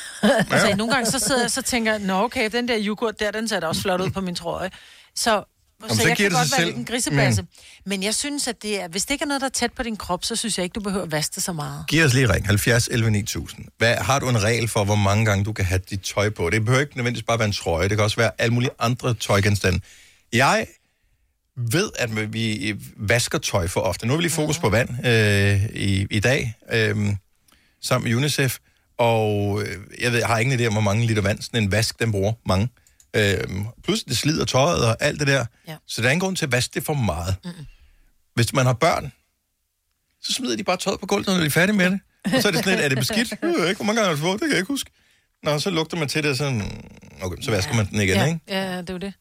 Speaker 3: altså, nogle gange så sidder jeg så tænker, jeg, nå okay, den der yoghurt der, den ser da også flot ud på min trøje. Så, så,
Speaker 1: så
Speaker 3: så jeg
Speaker 1: giver
Speaker 3: kan
Speaker 1: det
Speaker 3: godt
Speaker 1: sig
Speaker 3: være
Speaker 1: selv, Mm.
Speaker 3: lidt en grisebasse. Men... men jeg synes, at det er, hvis det ikke er noget, der er tæt på din krop, så synes jeg ikke, du behøver at vaske det så meget.
Speaker 1: Giv os lige ring, 70 11 9000. Hvad, har du en regel for, hvor mange gange du kan have dit tøj på? Det behøver ikke nødvendigvis bare være en trøje, det kan også være alle mulige andre tøjgenstande. Jeg ved, at vi øh, vasker tøj for ofte. Nu er vi lige fokus på vand øh, i, i dag, øh, sammen med UNICEF, og øh, jeg, ved, jeg har ingen idé om, hvor mange liter vand sådan en vask, den bruger mange. Øh, plus det slider tøjet og alt det der. Ja. Så der er ingen grund til at vaske det for meget. Mm-mm. Hvis man har børn, så smider de bare tøjet på gulvet, når de er færdige med det. Og så er det sådan lidt, er det beskidt? Det ved jeg ikke, hvor mange gange har du fået, det kan jeg ikke huske. Nå, så lugter man til det, og sådan, okay, så vasker man den igen,
Speaker 3: ja.
Speaker 1: ikke?
Speaker 3: Ja, det er jo det.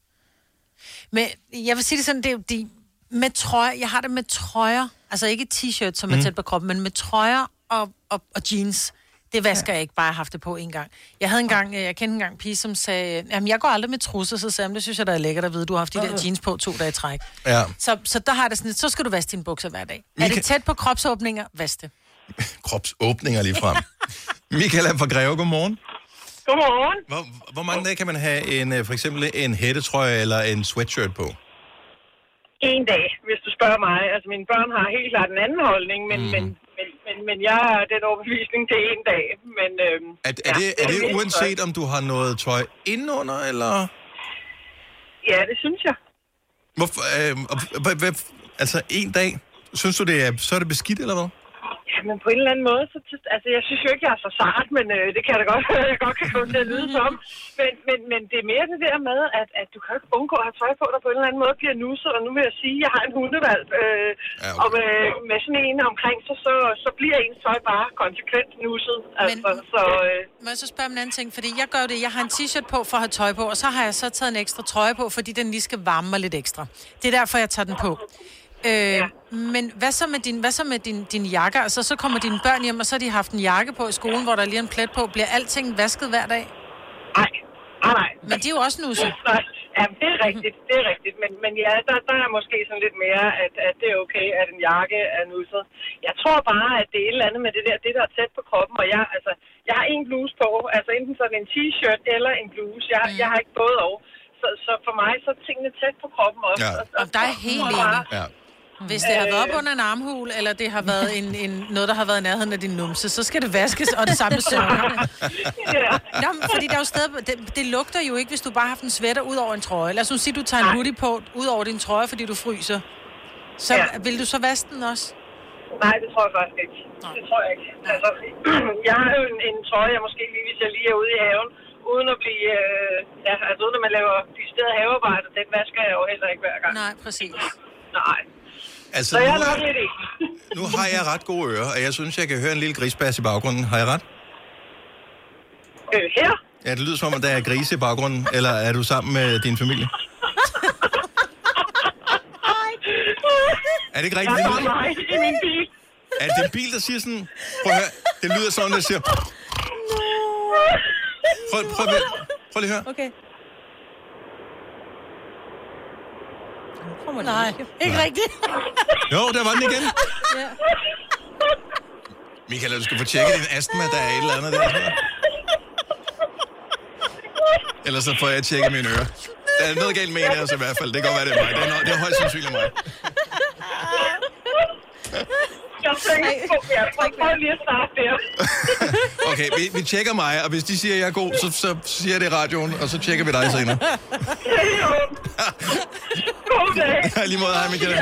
Speaker 3: Men jeg vil sige det sådan, det er jo de, med trøjer, jeg har det med trøjer, altså ikke t-shirt, som er
Speaker 2: Mm.
Speaker 3: tæt på kroppen, men med trøjer og, og, og jeans. Det vasker ja. jeg ikke bare, jeg har haft det på en gang. Jeg havde engang, øh, jeg kendte engang en pige, som sagde, jamen jeg går aldrig med trusser, så sagde jeg, "Men det synes jeg, der er lækkert at vide, du har haft de der
Speaker 2: Øh.
Speaker 3: jeans på to dage i træk.
Speaker 1: Ja.
Speaker 3: Så, så der har jeg det sådan lidt, så skal du vaske dine bukser hver dag. Er
Speaker 1: Mika-
Speaker 3: det tæt på kropsåbninger, vask det.
Speaker 1: Kropsåbninger lige frem. Michael er fra Greve, godmorgen.
Speaker 12: Godmorgen.
Speaker 1: Hvor, hvor mange dage kan man have en, øh, for eksempel en hættetrøje eller en sweatshirt på?
Speaker 12: En dag, hvis du spørger mig. Altså, mine børn har helt klart en anden holdning, men, mm. men, men, men, men jeg er den overbevisning til en dag. Men, øhm,
Speaker 1: Er, er, det, er det
Speaker 12: min
Speaker 1: uanset
Speaker 12: holdning.
Speaker 1: om du har noget tøj indenunder, eller...
Speaker 12: Ja, det synes jeg.
Speaker 1: Hvorfor, øh, og hvad- hvad- altså, en dag, synes du, det er, så er det beskidt, eller hvad?
Speaker 12: Ja, men på en eller anden måde, så tyst, altså, jeg synes jo ikke, jeg er så sart, men øh, det kan jeg da godt, jeg godt kan komme til at lyde som. Men, men, men det er mere det der med, at, at du kan jo ikke undgå at have tøj på, der på en eller anden måde bliver nusset, og nu vil jeg sige, at jeg har en hundevalg, øh, ja, okay. og med, med sådan en omkring, så, så, så bliver ens tøj bare konsekvent nusset. Altså, men, så, øh,
Speaker 3: Må jeg så spørge om en anden ting? Fordi jeg gør jo det, jeg har en t-shirt på for at have tøj på, og så har jeg så taget en ekstra trøje på, fordi den lige skal varme mig lidt ekstra. Det er derfor, jeg tager den på. Øh, ja. Men hvad så med din, hvad så med din, din jakke? Altså, så kommer dine børn hjem, og så har de haft en jakke på i skolen, hvor der er lige en plet på. Bliver alting vasket hver dag?
Speaker 12: Nej, nej, nej.
Speaker 3: Men de er jo også nusset.
Speaker 12: Nej, ja, det er rigtigt, det er rigtigt. Men, men ja, der, der er måske sådan lidt mere, at, at det er okay, at en jakke er nusset. Jeg tror bare, at det er et eller andet med det der, det der er tæt på kroppen. Og jeg, altså, jeg har en bluse på, altså enten sådan en t-shirt eller en bluse. Jeg,
Speaker 3: Mm.
Speaker 12: jeg har ikke både og. Så, så for mig så er tingene tæt på kroppen også.
Speaker 3: Ja.
Speaker 12: Og, og,
Speaker 3: Der er helt enig.
Speaker 1: Ja.
Speaker 3: Hvis det har været op under en armhul, eller det har været en, en, noget, der har været i nærheden af din numse, så skal det vaskes, og det samme søvner. Nå, men fordi der er jo stadig, det, det, lugter jo ikke, hvis du bare har haft en sweater ud over en trøje. Lad os nu sige, du tager en hoodie på ud over din trøje, fordi du fryser. Så
Speaker 12: Ja.
Speaker 3: ja. vil du så vaske den også?
Speaker 12: Nej, det tror jeg faktisk ikke. Det tror jeg ikke. Altså, jeg har jo en, en trøje, jeg måske lige, hvis jeg lige er ude i haven, uden at blive, øh, ja, altså uden at man laver de steder havearbejde, den vasker jeg jo heller ikke hver gang.
Speaker 3: Nej, præcis.
Speaker 12: Nej.
Speaker 1: Altså,
Speaker 12: Så jeg er
Speaker 1: nu-
Speaker 12: nok lidt enig.
Speaker 1: Nu har jeg ret gode ører, og jeg synes, jeg kan høre en lille grisbas i baggrunden. Har jeg ret?
Speaker 12: Øh, her?
Speaker 1: Ja, det lyder som om, der er grise i baggrunden. Eller er du sammen med din familie? Er det ikke rigtigt?
Speaker 12: Jeg har mig i min bil.
Speaker 1: Er det en bil, der siger sådan... Prøv at høre, det lyder sådan, der siger... Prøv, prøv, prøv, prøv lige at høre.
Speaker 2: Okay.
Speaker 3: Nej, ikke
Speaker 1: Nej.
Speaker 3: rigtigt.
Speaker 1: Jo, der var den igen.
Speaker 2: Ja.
Speaker 1: Michael, du skal få tjekket din astma, der er et eller andet der. Ellers så får jeg tjekket mine ører. Der er noget galt med en af os i hvert fald. Det kan godt være, det er mig. Det er, no- det er højst sandsynligt mig.
Speaker 12: Jeg tænker på, jeg prøver lige at starte der.
Speaker 1: Okay, vi, vi tjekker mig, og hvis de siger, at jeg er god, så, så siger jeg det i radioen, og så tjekker vi dig senere.
Speaker 12: God dag.
Speaker 1: Ja, lige måde, hej Michael.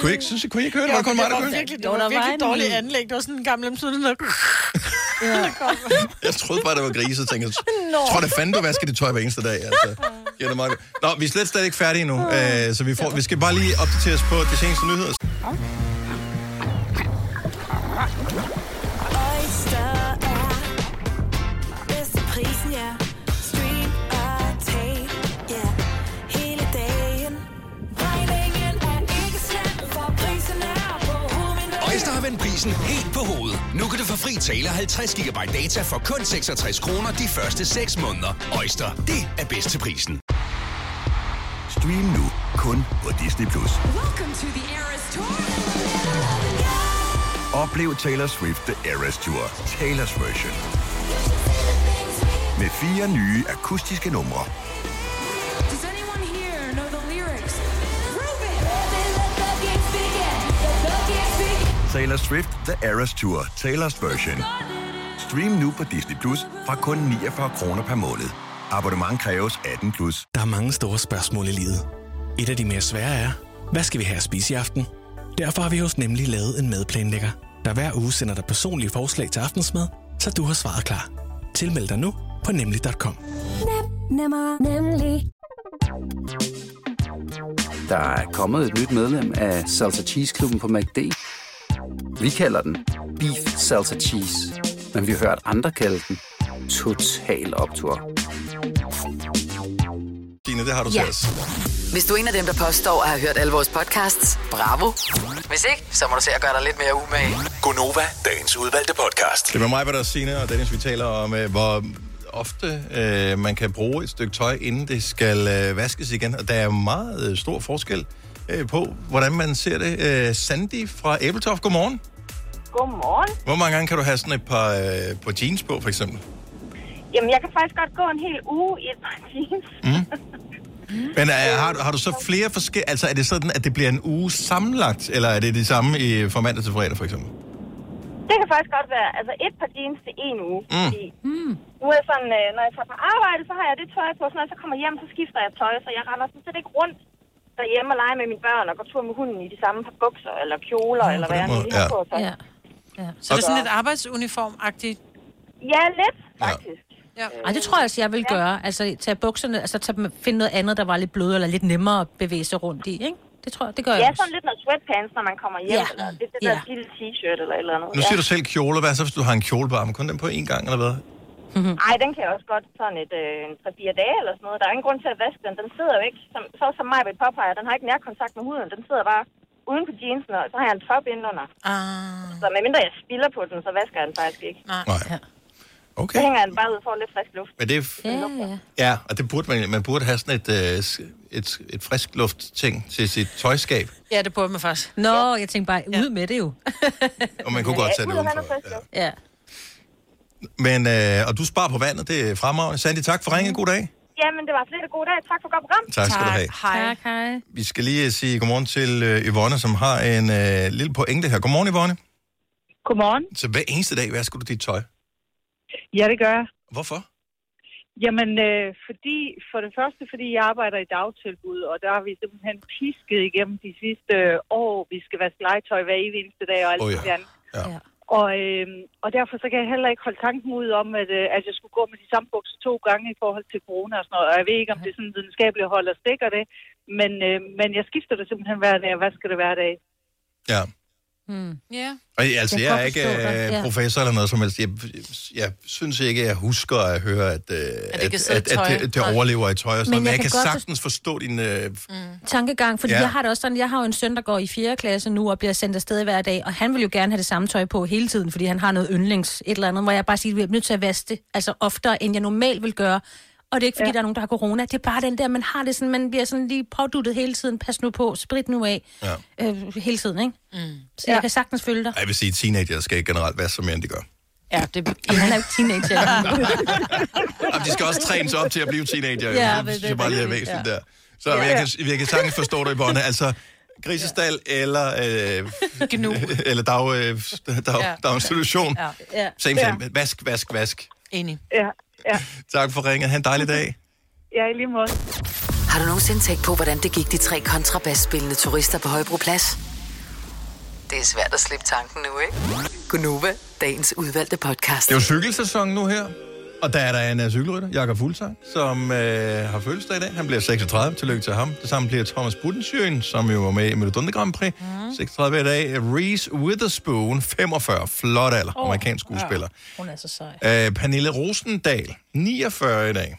Speaker 1: Kunne I ikke, synes, I, kunne I ikke høre, det var kun mig, der kunne?
Speaker 3: virkelig, det var virkelig dårligt anlæg. Det var sådan en gammel omsiden, der...
Speaker 1: Jeg troede bare, det var grise, og tænkte, jeg tror da fanden, du vasker dit tøj hver eneste dag. Altså. Ja, det er meget godt. Nå, vi er slet stadig ikke færdige endnu, øh, så vi, får, vi skal bare lige opdateres på de seneste nyheder.
Speaker 13: Oyster er bedst til prisen, ja. Stream og tag, ja. Hele dagen. Regningen er ikke slem, for prisen er på hovedet.
Speaker 14: Øjster har vendt prisen helt på hovedet. Nu kan du få fri tale og 50 GB data for kun 66 kroner de første 6 måneder. Øjster, det er bedst til prisen.
Speaker 15: Stream nu kun på Disney+. Plus.
Speaker 13: Welcome to the Eras Tour.
Speaker 15: Oplev Taylor Swift The Eras Tour, Taylor's version. Med fire nye akustiske numre.
Speaker 13: Does anyone here know the lyrics? Prove it!
Speaker 15: Taylor Swift The Eras Tour, Taylor's version. Stream nu på Disney Plus fra kun 49 kroner per måned. Abonnement kræves 18 plus.
Speaker 16: Der er mange store spørgsmål i livet. Et af de mere svære er, hvad skal vi have at spise i aften? Derfor har vi hos Nemlig lavet en madplanlægger, der hver uge sender dig personlige forslag til aftensmad, så du har svaret klar. Tilmeld dig nu på nemlig.com.
Speaker 13: Nem, nemmer, nemlig.
Speaker 11: Der er kommet et nyt medlem af Salsa Cheese Klubben på MACD. Vi kalder den Beef Salsa Cheese, men vi har hørt andre kalde den Total Optor.
Speaker 1: Dine, det har du
Speaker 11: Ja.
Speaker 1: til os.
Speaker 5: Hvis du er en af dem, der påstår at have hørt alle vores podcasts, bravo. Hvis ikke, så må du se at gøre dig lidt mere umage.
Speaker 14: Gonova, dagens udvalgte podcast.
Speaker 1: Det er med mig, hvad der er Signe og Dennis, vi taler om, øh, hvor ofte øh, man kan bruge et stykke tøj, inden det skal øh, vaskes igen. Og der er jo meget øh, stor forskel øh, på, hvordan man ser det. Øh, Sandy fra Æbletoft, godmorgen.
Speaker 17: Godmorgen.
Speaker 1: Hvor mange gange kan du have sådan et par øh, på jeans på, for eksempel?
Speaker 17: Jamen, jeg kan faktisk godt gå en hel uge i et par jeans.
Speaker 1: Mm. Men øh, har, du- har du så flere forskellige... Altså, er det sådan, at det bliver en uge sammenlagt, eller er det det samme i, fra mandag til fredag, for eksempel?
Speaker 17: Det kan faktisk godt være, altså et par jeans til en uge.
Speaker 1: Mm.
Speaker 17: Fordi nu er jeg sådan, øh, når jeg tager på arbejde, så har jeg det tøj på, så når jeg så kommer hjem, så skifter jeg tøj, så jeg render sådan set ikke rundt derhjemme og leger med mine børn og går tur med hunden i de samme par bukser eller kjoler, eller hvad jeg nu lige har på. Så.
Speaker 3: Ja. ja. Så er det sådan lidt arbejdsuniform-agtigt?
Speaker 17: Ja, lidt.
Speaker 3: Ja.
Speaker 4: Ej, det tror jeg altså, jeg vil gøre. Altså, tage bukserne, altså tage, dem- finde noget andet, der var lidt blødere, eller lidt nemmere at bevæge sig rundt i, ikke? Det tror jeg, det gør
Speaker 17: Ja,
Speaker 4: jeg også.
Speaker 17: sådan lidt noget sweatpants, når man kommer hjem,
Speaker 4: Ja.
Speaker 17: ja. eller det, det der
Speaker 4: Ja.
Speaker 17: lille t-shirt eller et eller andet.
Speaker 1: Nu siger du selv kjoler. Hvad så, hvis du har en kjole på armen? Kun den på én gang, eller hvad?
Speaker 17: Ej, den kan jeg også godt sådan et, øh, en 3-4 dage eller sådan noget. Der er ingen grund til at vaske den. Den sidder jo ikke, som, så som mig vil påpege, den har ikke nærkontakt med huden. Den sidder bare uden på jeansen, og så har jeg en top indenunder.
Speaker 3: Ah.
Speaker 17: Så medmindre jeg spiller på den, så vasker jeg den faktisk ikke.
Speaker 3: Nej.
Speaker 1: Okay.
Speaker 17: Så hænger jeg den bare ud for lidt frisk luft.
Speaker 1: Men det er... f-
Speaker 17: ja.
Speaker 1: Ja, og det burde man, man burde have sådan et, øh, s- et, et frisk luft-ting til sit tøjskab,
Speaker 3: Ja, det burde man faktisk.
Speaker 4: Nå, jeg tænkte bare, ud med det jo.
Speaker 1: og man kunne godt tage det udenfor.
Speaker 4: Ja.
Speaker 1: Men, øh, og du sparer på vandet, det er fremragende. Sandy, tak for ringen. God dag.
Speaker 17: Jamen, det var slet en god dag. Tak for godt program.
Speaker 1: Tak skal du have.
Speaker 17: Hej. Tak, hej.
Speaker 1: Vi skal lige øh, sige godmorgen til øh, Yvonne, som har en øh, lille pointe her. Godmorgen, Yvonne.
Speaker 18: Godmorgen.
Speaker 1: Så hver eneste dag vasker du dit tøj.
Speaker 18: Ja, det gør jeg.
Speaker 1: Hvorfor?
Speaker 18: Jamen, øh, fordi, for det første, fordi jeg arbejder i dagtilbud, og der har vi simpelthen pisket igennem de sidste øh, år, vi skal vaske legetøj hver evig eneste dag og alt
Speaker 19: Åh,
Speaker 18: oh,
Speaker 19: ja.
Speaker 18: ja. andet. Og, øh, og derfor så kan jeg heller ikke holde tanken ud om, at, øh, at jeg skulle gå med de samme bukser to gange i forhold til corona og sådan noget. Og jeg ved ikke, om det er sådan videnskabeligt hold og stikker det, men, øh, men jeg skifter det simpelthen hver dag, og vasker det hver dag.
Speaker 1: Ja.
Speaker 3: Hmm.
Speaker 18: Mm. Yeah.
Speaker 1: Og, altså,
Speaker 18: Jeg
Speaker 1: jeg, jeg er
Speaker 18: kan
Speaker 1: ikke
Speaker 18: godt forstå dig,
Speaker 1: øh,
Speaker 18: ja.
Speaker 1: professor eller noget som helst. Jeg, jeg synes ikke, jeg husker at høre, at, øh, at,
Speaker 4: kan
Speaker 1: at,
Speaker 4: sidde i
Speaker 1: at, at
Speaker 4: tøj.
Speaker 1: det, det overlever i tøj og sådan
Speaker 4: Men
Speaker 1: noget. Men
Speaker 4: jeg
Speaker 1: jeg
Speaker 4: kan
Speaker 1: kan
Speaker 4: godt
Speaker 1: sagtens forstå din... Øh,
Speaker 4: Mm. tankegang, fordi
Speaker 1: Ja.
Speaker 4: ja. jeg har det også sådan, jeg har jo en søn, der går i 4. klasse nu og bliver sendt afsted hver dag, og han vil jo gerne have det samme tøj på hele tiden, fordi han har noget yndlings, et eller andet, hvor jeg bare siger, at vi er nødt til at vaske det, altså oftere, end jeg normalt vil gøre. Og det er ikke, fordi ja. der er nogen, der har corona. Det er bare den der, man har det sådan, man bliver sådan lige påduttet hele tiden. Pas nu på, sprit nu af.
Speaker 1: Ja.
Speaker 4: Øh, hele tiden, ikke? Mm. Så jeg kan sagtens følge dig.
Speaker 1: Ej, jeg vil sige, at teenager skal ikke generelt vaske sig mere, end de gør.
Speaker 4: Ja, det Jamen, han er jo ikke teenager.
Speaker 1: Jamen, de skal også trænes op til at blive teenager.
Speaker 4: Ja,
Speaker 1: Ja,
Speaker 4: men
Speaker 1: det synes
Speaker 4: det-
Speaker 1: jeg bare lige er
Speaker 4: det-
Speaker 1: væsentligt
Speaker 4: ja.
Speaker 1: der. Så
Speaker 4: Ja.
Speaker 1: jeg kan, jeg kan sagtens forstå dig, Yvonne. Altså, Grisestal eller... Øh,
Speaker 3: Gnu.
Speaker 1: Eller dag, øh, dag,
Speaker 3: Ja.
Speaker 1: daginstitution.
Speaker 3: Ja.
Speaker 4: Ja.
Speaker 1: Same, same. Vask, vask, vask.
Speaker 3: Enig.
Speaker 18: Ja, ja.
Speaker 1: Tak for ringet. Ha' en dejlig dag.
Speaker 18: Ja, i lige måde.
Speaker 5: Har du nogensinde tænkt på, hvordan det gik de tre kontrabasspillende turister på Højbroplads? Det er svært at slippe tanken nu, ikke? Gunova, dagens udvalgte podcast.
Speaker 1: Det er jo cykelsæson nu her. Og der er der en øh, cykelrytter, Jakob Fuglsang, som øh, har fødselsdag i dag. Han bliver 36. Tillykke til ham. Det samme bliver Thomas Budensjøen, som jo var med i Melodunde Grand Prix. Mm. 36 i dag. Reese Witherspoon, 45. Flot alder. Oh, amerikansk skuespiller.
Speaker 2: Ja. Hun er så sej.
Speaker 1: Øh, Pernille Rosendal, 49 i dag.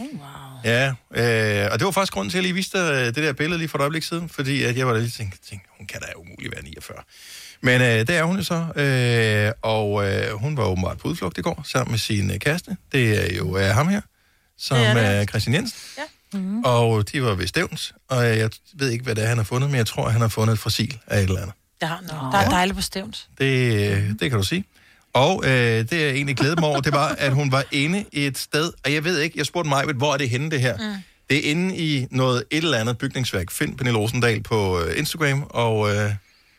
Speaker 19: Oh,
Speaker 1: Wow. Ja, øh, og det var faktisk grunden til, at jeg lige viste dig øh, det der billede lige for et øjeblik siden, fordi at jeg var da lige tænkt, tænkt, hun kan da umuligt være 49. Men øh, det er hun jo så, øh, og øh, hun var åbenbart på udflugt i går sammen med sin øh, kæreste. Det er jo øh, ham her, som
Speaker 19: Det er det
Speaker 1: er øh,
Speaker 19: altså.
Speaker 1: Christian Jensen. Mm. Og de var ved Stævns, og øh, jeg ved ikke, hvad det er, han har fundet, men jeg tror, han har fundet et fossil af et eller andet.
Speaker 3: Der, no. der er dejligt på stævnt.
Speaker 1: Det, øh, det kan du sige. Og øh, det jeg egentlig glædede mig over, det var, at hun var inde i et sted, og jeg ved ikke, jeg spurgte mig, hvor er det henne det her? Mm. Det er inde i noget et eller andet bygningsværk. Find Pernille Rosendal på øh, Instagram og, øh,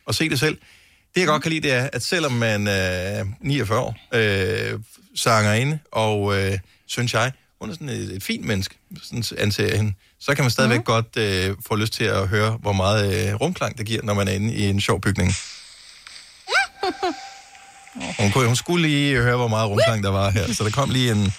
Speaker 1: og se det selv. Det jeg godt kan lide, det er, at selvom man øh, er 49 år, øh, sanger inde, og øh, synes jeg, hun er sådan et, et fint menneske, sådan anser jeg hende, så kan man stadigvæk mm. godt øh, få lyst til at høre, hvor meget øh, rumklang det giver, når man er inde i en sjov bygning. Hun, kunne, hun skulle lige høre, hvor meget rumklang der var her, så der kom lige en...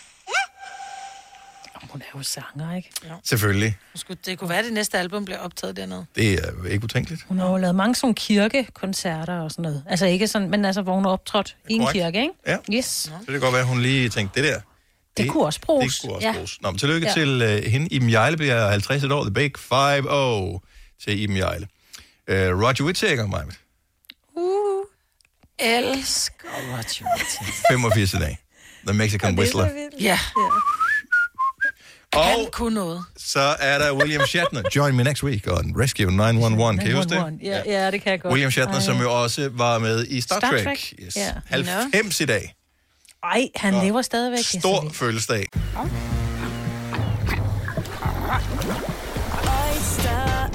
Speaker 2: Hun er jo sanger, ikke?
Speaker 3: Jo.
Speaker 1: Selvfølgelig,
Speaker 3: Skulle- Det kunne være, at det næste album bliver optaget dernede.
Speaker 1: det er ikke utænkeligt.
Speaker 2: Hun har jo lavet mange sådan kirkekoncerter og sådan noget. Altså ikke sådan, men altså, hvor hun har optrådt i en
Speaker 1: Korrekt.
Speaker 2: kirke, ikke?
Speaker 1: Ja.
Speaker 2: Yes.
Speaker 1: Så det kan godt være, at hun lige tænkte, det der...
Speaker 2: Det kunne også bruges.
Speaker 1: Det kunne også
Speaker 2: Ja.
Speaker 1: ja. bruges. Nå, men tillykke
Speaker 2: Ja.
Speaker 1: ja. til uh, hende. Iben Jejle bliver 50 et år. The Big 5-0 til Iben Jejle. Uh, Roger Whittaker, mig,
Speaker 3: Uh, elsker Roger Whittaker.
Speaker 1: 85 i dag. The Mexican Whistler.
Speaker 3: Ja.
Speaker 1: Og
Speaker 3: Han kunne noget.
Speaker 1: så er der William Shatner. Join me next week on Rescue 911. Kan I huske det?
Speaker 2: Ja, ja, det kan jeg godt.
Speaker 1: William Shatner, som jo også var med i Star,
Speaker 2: Star
Speaker 1: Trek.
Speaker 2: Trek,
Speaker 1: Yes.
Speaker 2: ja.
Speaker 1: 90 i dag.
Speaker 2: Ej, han lever stadigvæk. Jeg
Speaker 1: Stor fødselsdag.
Speaker 13: Oyster er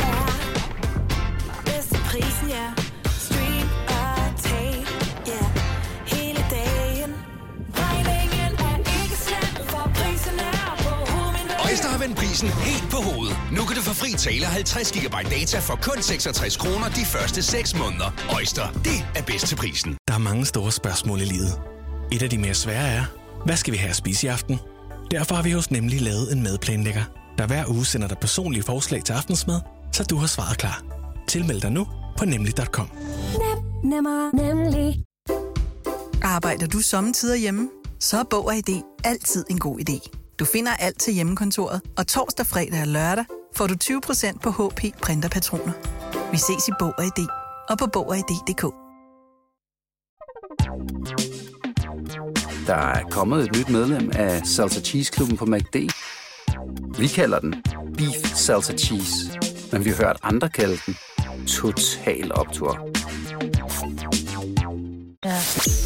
Speaker 13: bedst til prisen, ja. Stream og tag, ja. Hele dagen. Regningen er ikke slem, for prisen er på hovedet.
Speaker 14: Øjster har vendt prisen helt på hovedet. Nu kan du få fri tale 50 GB data for kun 66 kroner de første 6 måneder. Øjster, det er bedst til prisen.
Speaker 16: Der er mange store spørgsmål i livet. Et af de mere svære er, hvad skal vi have at spise i aften? Derfor har vi hos Nemlig lavet en madplanlægger, der hver uge sender dig personlige forslag til aftensmad, så du har svaret klar. Tilmeld dig nu på nemlig.com.
Speaker 8: Nem, nemmer, nemlig. Arbejder du sommetider hjemme? Så er Bog og ID altid en god idé. Du finder alt til hjemmekontoret, og torsdag, fredag og lørdag får du 20% på HP printerpatroner. Vi ses i Bog og ID og på Bog og ID.dk.
Speaker 11: Der er kommet et nyt medlem af Salsa Cheese Klubben på MACD. Vi kalder den Beef Salsa Cheese, men vi har hørt andre kalde den Total Optor.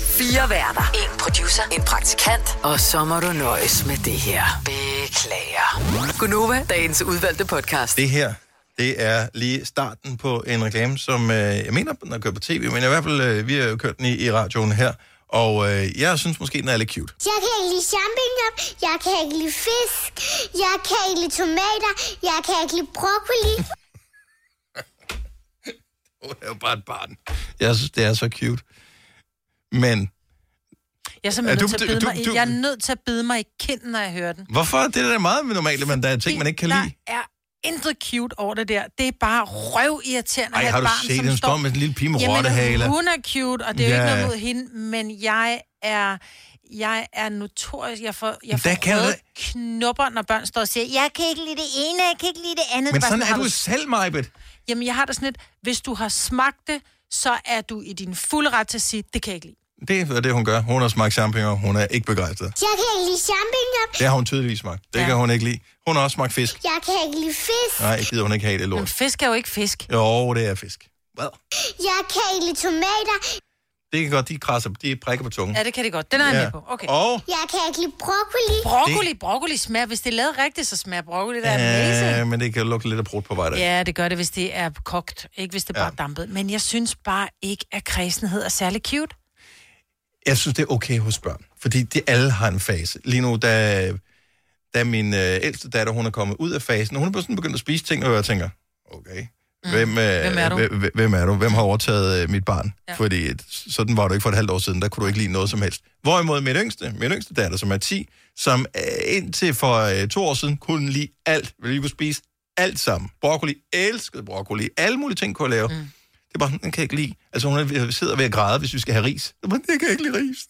Speaker 5: Fire værter. En producer. En praktikant. Og så må du nøjes med det her. Beklager. Gunova, dagens udvalgte podcast.
Speaker 1: Det her, det er lige starten på en reklame, som øh, jeg mener, den har kørt på tv, men i hvert fald, øh, vi har jo kørt den i, i radioen her, og øh, jeg synes måske, den er lidt cute.
Speaker 20: Jeg kan ikke lide champignon, jeg kan ikke lide fisk, jeg kan ikke lide tomater, jeg kan ikke lide broccoli.
Speaker 1: Hun er jo bare et barn. Jeg synes, det er så cute. Men
Speaker 3: Jeg er
Speaker 1: Ja,
Speaker 3: simpelthen
Speaker 1: du-
Speaker 3: nødt til at bide
Speaker 1: du-
Speaker 3: mig i.
Speaker 1: du-
Speaker 3: Jeg er nødt til at bide mig i kinden, når jeg hører den.
Speaker 1: hvorfor er det der meget normalt, at der er ting, man ikke kan
Speaker 3: der
Speaker 1: lide?
Speaker 3: er intet cute over det der. Det er bare røvirriterende. at
Speaker 1: Ej,
Speaker 3: have
Speaker 1: har
Speaker 3: et
Speaker 1: du
Speaker 3: barn,
Speaker 1: set,
Speaker 3: som
Speaker 1: den står med en lille pige med rottehale?
Speaker 3: Jamen, hun er cute, og det er jo
Speaker 1: Ja.
Speaker 3: ikke noget mod hende, men jeg er... Jeg er notorisk. Jeg får, jeg
Speaker 1: Der
Speaker 3: får
Speaker 1: kan
Speaker 3: røde
Speaker 1: du-
Speaker 3: knupper, når børn står og siger, jeg kan ikke lide det ene, jeg kan ikke lide det andet.
Speaker 1: Men
Speaker 3: Bare
Speaker 1: sådan er
Speaker 3: har
Speaker 1: du selv, Majbet.
Speaker 3: Jamen, jeg har da sådan lidt, hvis du har smagt det, så er du i din fulde ret til at sige, det kan jeg ikke lide.
Speaker 1: Det er det, hun gør. Hun har smagt champignon. Hun er ikke begejstret.
Speaker 20: Jeg kan ikke lide champignon,
Speaker 1: Det har hun tydeligvis smagt. Det kan hun ikke lide. Hun har også smagt fisk.
Speaker 20: jeg kan ikke lide fisk,
Speaker 1: Nej, jeg gider hun ikke have det lort.
Speaker 3: Fisk er jo ikke fisk.
Speaker 1: Jo, det er fisk.
Speaker 20: jeg kan ikke lide tomater,
Speaker 1: Det kan godt, de krasser, de prikker på tungen.
Speaker 3: Ja, det kan det godt. Den er jeg
Speaker 1: Mm. Ja.
Speaker 3: med på. Okay.
Speaker 1: Og-
Speaker 20: jeg kan ikke lide broccoli.
Speaker 3: Broccoli, broccoli smager. Hvis det er lavet rigtigt, så smager broccoli. Det er amazing.
Speaker 1: Ja, Øh, men det kan lugte lidt af brudt på vej derind.
Speaker 3: Ja, det gør det, hvis det er kogt. Ikke hvis det bare er dampet. Men jeg synes bare ikke, at kredsenhed er særlig cute.
Speaker 1: Jeg synes, det er okay hos børn, fordi de alle har en fase. Lige nu, da, da min øh, ældste datter, hun er kommet ud af fasen, og hun er sådan begyndt at spise ting, og jeg tænker, okay, Hvem, øh, hvem, er
Speaker 3: Mm. du?
Speaker 1: Hvem, hvem er du? Hvem har overtaget øh, mit barn? Ja. Fordi et- sådan var du ikke for et halvt år siden, der kunne du ikke lide noget som helst. Hvorimod min yngste, min yngste datter, som er 10, som øh, indtil for øh, to år siden kunne lide alt, ville kunne spise alt sammen. Broccoli, elskede broccoli, alle mulige ting kunne jeg lave. Mm. Det er bare sådan, den kan jeg ikke lide. Altså hun er- sidder ved at græde, hvis vi skal have ris. Det er bare, det kan jeg ikke lide ris.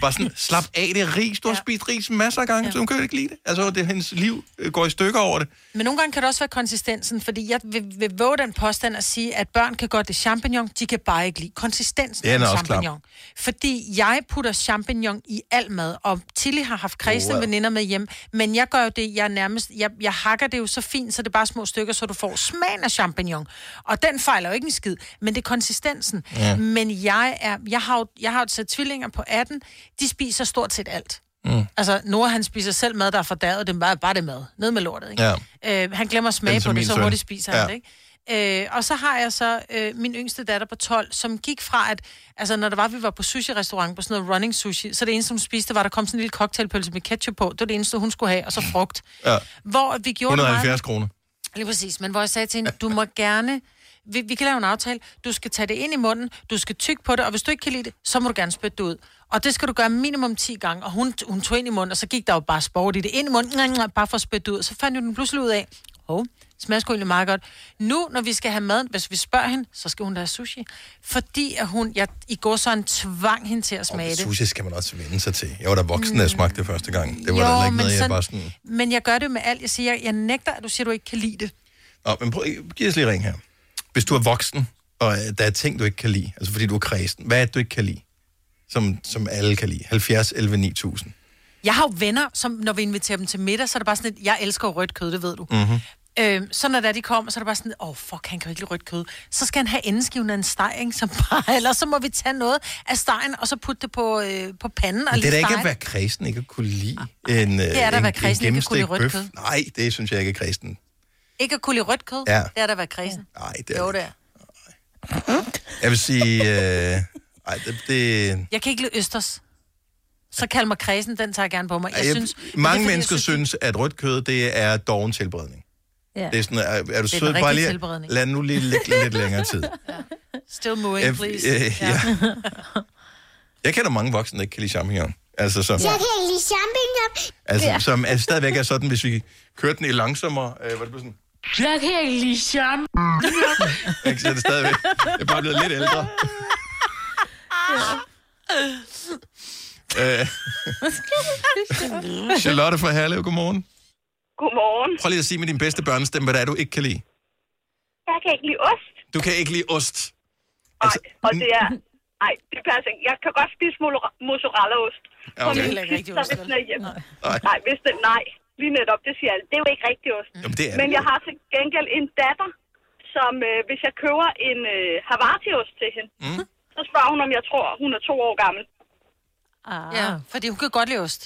Speaker 1: bare sådan, slap af det er ris. Du har ja. spist ris masser af gange, ja. så hun kan jo ikke lide det. Altså det, hendes liv øh, går i stykker over det.
Speaker 3: Men nogle gange kan det også være konsistensen, fordi jeg vil, vil våge den påstand at sige, at børn kan godt lide champignon, de kan bare ikke lide konsistensen
Speaker 1: Den er
Speaker 3: af
Speaker 1: også klam.
Speaker 3: champignon. Fordi jeg putter champignon i al mad, og Tilly har haft kredsende
Speaker 1: Wow.
Speaker 3: wow. veninder med hjem, men jeg gør jo det, jeg nærmest, jeg, jeg hakker det jo så fint, så det er bare små stykker, så du får smagen af champignon. Og den fejler jo ikke en skid, men det er konsistensen.
Speaker 13: Ja.
Speaker 3: Ja. Men jeg, er, jeg har jo jeg har jo taget tvillinger på 18, de spiser stort set alt.
Speaker 13: Mm.
Speaker 3: Altså, Nora, han spiser selv mad, der er fordærvet. Det er bare, bare det mad. Ned med lortet, ikke? Ja. Øh, han glemmer at smage
Speaker 13: Den som
Speaker 3: på
Speaker 13: min
Speaker 3: det, så
Speaker 13: søn.
Speaker 3: hurtigt spiser ja.
Speaker 13: Ja.
Speaker 3: han det, ikke? Øh, og så har jeg så øh, min yngste datter på 12, som gik fra, at altså, når der var, vi var på sushi-restaurant, på sådan noget running sushi, så det eneste, hun spiste, var, at der kom sådan en lille cocktailpølse med ketchup på. Det var det eneste, hun skulle have, og så frugt.
Speaker 1: Ja.
Speaker 3: Hvor vi gjorde det meget...
Speaker 1: 170 kroner.
Speaker 3: Lige præcis, men hvor jeg sagde til hende, du må gerne, vi, vi kan lave en aftale, du skal tage det ind i munden, du skal tykke på det, og hvis du ikke kan lide det, så må du gerne spytte det ud. Og det skal du gøre minimum 10 gange, og hun, hun tog ind i munden, og så gik der jo bare sport i det. Ind i munden, nej, nej, bare for at spytte det ud, så fandt hun den pludselig ud af, hov, oh, smager sgu egentlig meget godt. Nu, når vi skal have mad, hvis vi spørger hende, så skal hun da have sushi. Fordi at hun, jeg i går så en tvang hende til at smage det. Mm.
Speaker 1: Sushi skal man også vende sig til. Jeg var da voksen, da jeg smagte det første gang. Det var
Speaker 3: Jo,
Speaker 1: da heller ikke
Speaker 3: men
Speaker 1: noget, jeg
Speaker 3: sådan-
Speaker 1: bare sådan...
Speaker 3: Men jeg gør det med alt. Jeg siger, jeg, jeg nægter, at du siger, at du ikke kan lide det.
Speaker 1: Nå, men prøv, giv os lige ring her. Hvis du er voksen, og øh, der er ting, du ikke kan lide, altså fordi du er kredsen, hvad er det, du ikke kan lide? Som, som alle kan lide. 70, 11, 9000.
Speaker 3: Jeg har jo venner, som når vi inviterer dem til middag, så er det bare sådan et, jeg elsker jo rødt kød, det ved du.
Speaker 1: Mm-hmm.
Speaker 3: Øhm, så når der de kommer, så er det bare sådan, åh oh, fuck, han kan jo ikke lide rødt kød. Så skal han have endeskiven af en steg, ikke? Som bare, eller så må vi tage noget af stegen, og så putte det på, øh, på panden. Og
Speaker 1: Men det
Speaker 3: lige
Speaker 1: er da ikke
Speaker 3: stege.
Speaker 1: at være kredsen, ikke at kunne lide en, øh,
Speaker 3: Ah, Det er da at
Speaker 1: en,
Speaker 3: være kræsen, ikke at kunne lide
Speaker 1: gennemstegt
Speaker 3: rødt
Speaker 1: bøf.
Speaker 3: kød.
Speaker 1: Nej, det synes jeg ikke er kredsen.
Speaker 3: Ikke at kunne lide rødt kød,
Speaker 1: Ja.
Speaker 3: det er da at være kredsen.
Speaker 1: Nej, det er
Speaker 3: jo,
Speaker 1: det
Speaker 3: det er.
Speaker 1: Jeg vil sige... Øh, ej, det, det,
Speaker 3: Jeg kan ikke lide østers. Så kald mig kredsen, den tager jeg gerne på mig. Jeg,
Speaker 1: jeg,
Speaker 3: synes, men det er
Speaker 1: mange
Speaker 3: fordi, jeg
Speaker 1: mennesker synes, at rødt kød, det er doven tilberedning.
Speaker 3: Ja.
Speaker 1: Det er sådan, er, er du
Speaker 3: den
Speaker 1: sød, bare
Speaker 3: rigtige
Speaker 1: lige,
Speaker 3: tilberedning.
Speaker 1: lad nu lige ligge lidt længere tid.
Speaker 3: Still moving,
Speaker 1: F-
Speaker 3: please.
Speaker 1: øh, ja. Jeg kender mange voksne, der ikke kan lide champignon. Altså, som,
Speaker 20: Jeg kan ikke lide champignon.
Speaker 1: altså, som er, stadigvæk er sådan, hvis vi kører den i langsommere, øh, var det bare sådan,
Speaker 13: Jeg kan ikke lide champignon.
Speaker 1: ikke, så er det stadigvæk, jeg er bare blevet lidt ældre.
Speaker 20: Ah.
Speaker 1: Øh, Charlotte fra Herlev, godmorgen.
Speaker 19: Godmorgen.
Speaker 1: Prøv lige at sige med din bedste børnestemme, hvad der er, du ikke kan lide.
Speaker 19: Jeg kan ikke lide ost.
Speaker 1: Du kan ikke lide ost.
Speaker 19: Og det er... Nej, det passer ikke. Jeg kan godt spise mozzarella- mozzarellaost.
Speaker 1: Ja,
Speaker 19: På
Speaker 1: okay.
Speaker 19: min
Speaker 1: Heller ikke rigtig
Speaker 19: pizza,
Speaker 1: ost,
Speaker 19: hvis den er hjemme.
Speaker 1: Nej.
Speaker 19: Nej, hvis den... Nej, lige netop. Det siger jeg. Det er jo ikke rigtig ost.
Speaker 1: Jamen, det er
Speaker 19: Men
Speaker 1: det
Speaker 19: jeg
Speaker 1: jo.
Speaker 19: har til gengæld en datter, som øh, hvis jeg køber en øh, Havarti-ost til hende,
Speaker 1: mm.
Speaker 19: så spørger hun, om jeg tror, hun er to år gammel.
Speaker 3: Ah. Ja, fordi hun kan godt lide ost.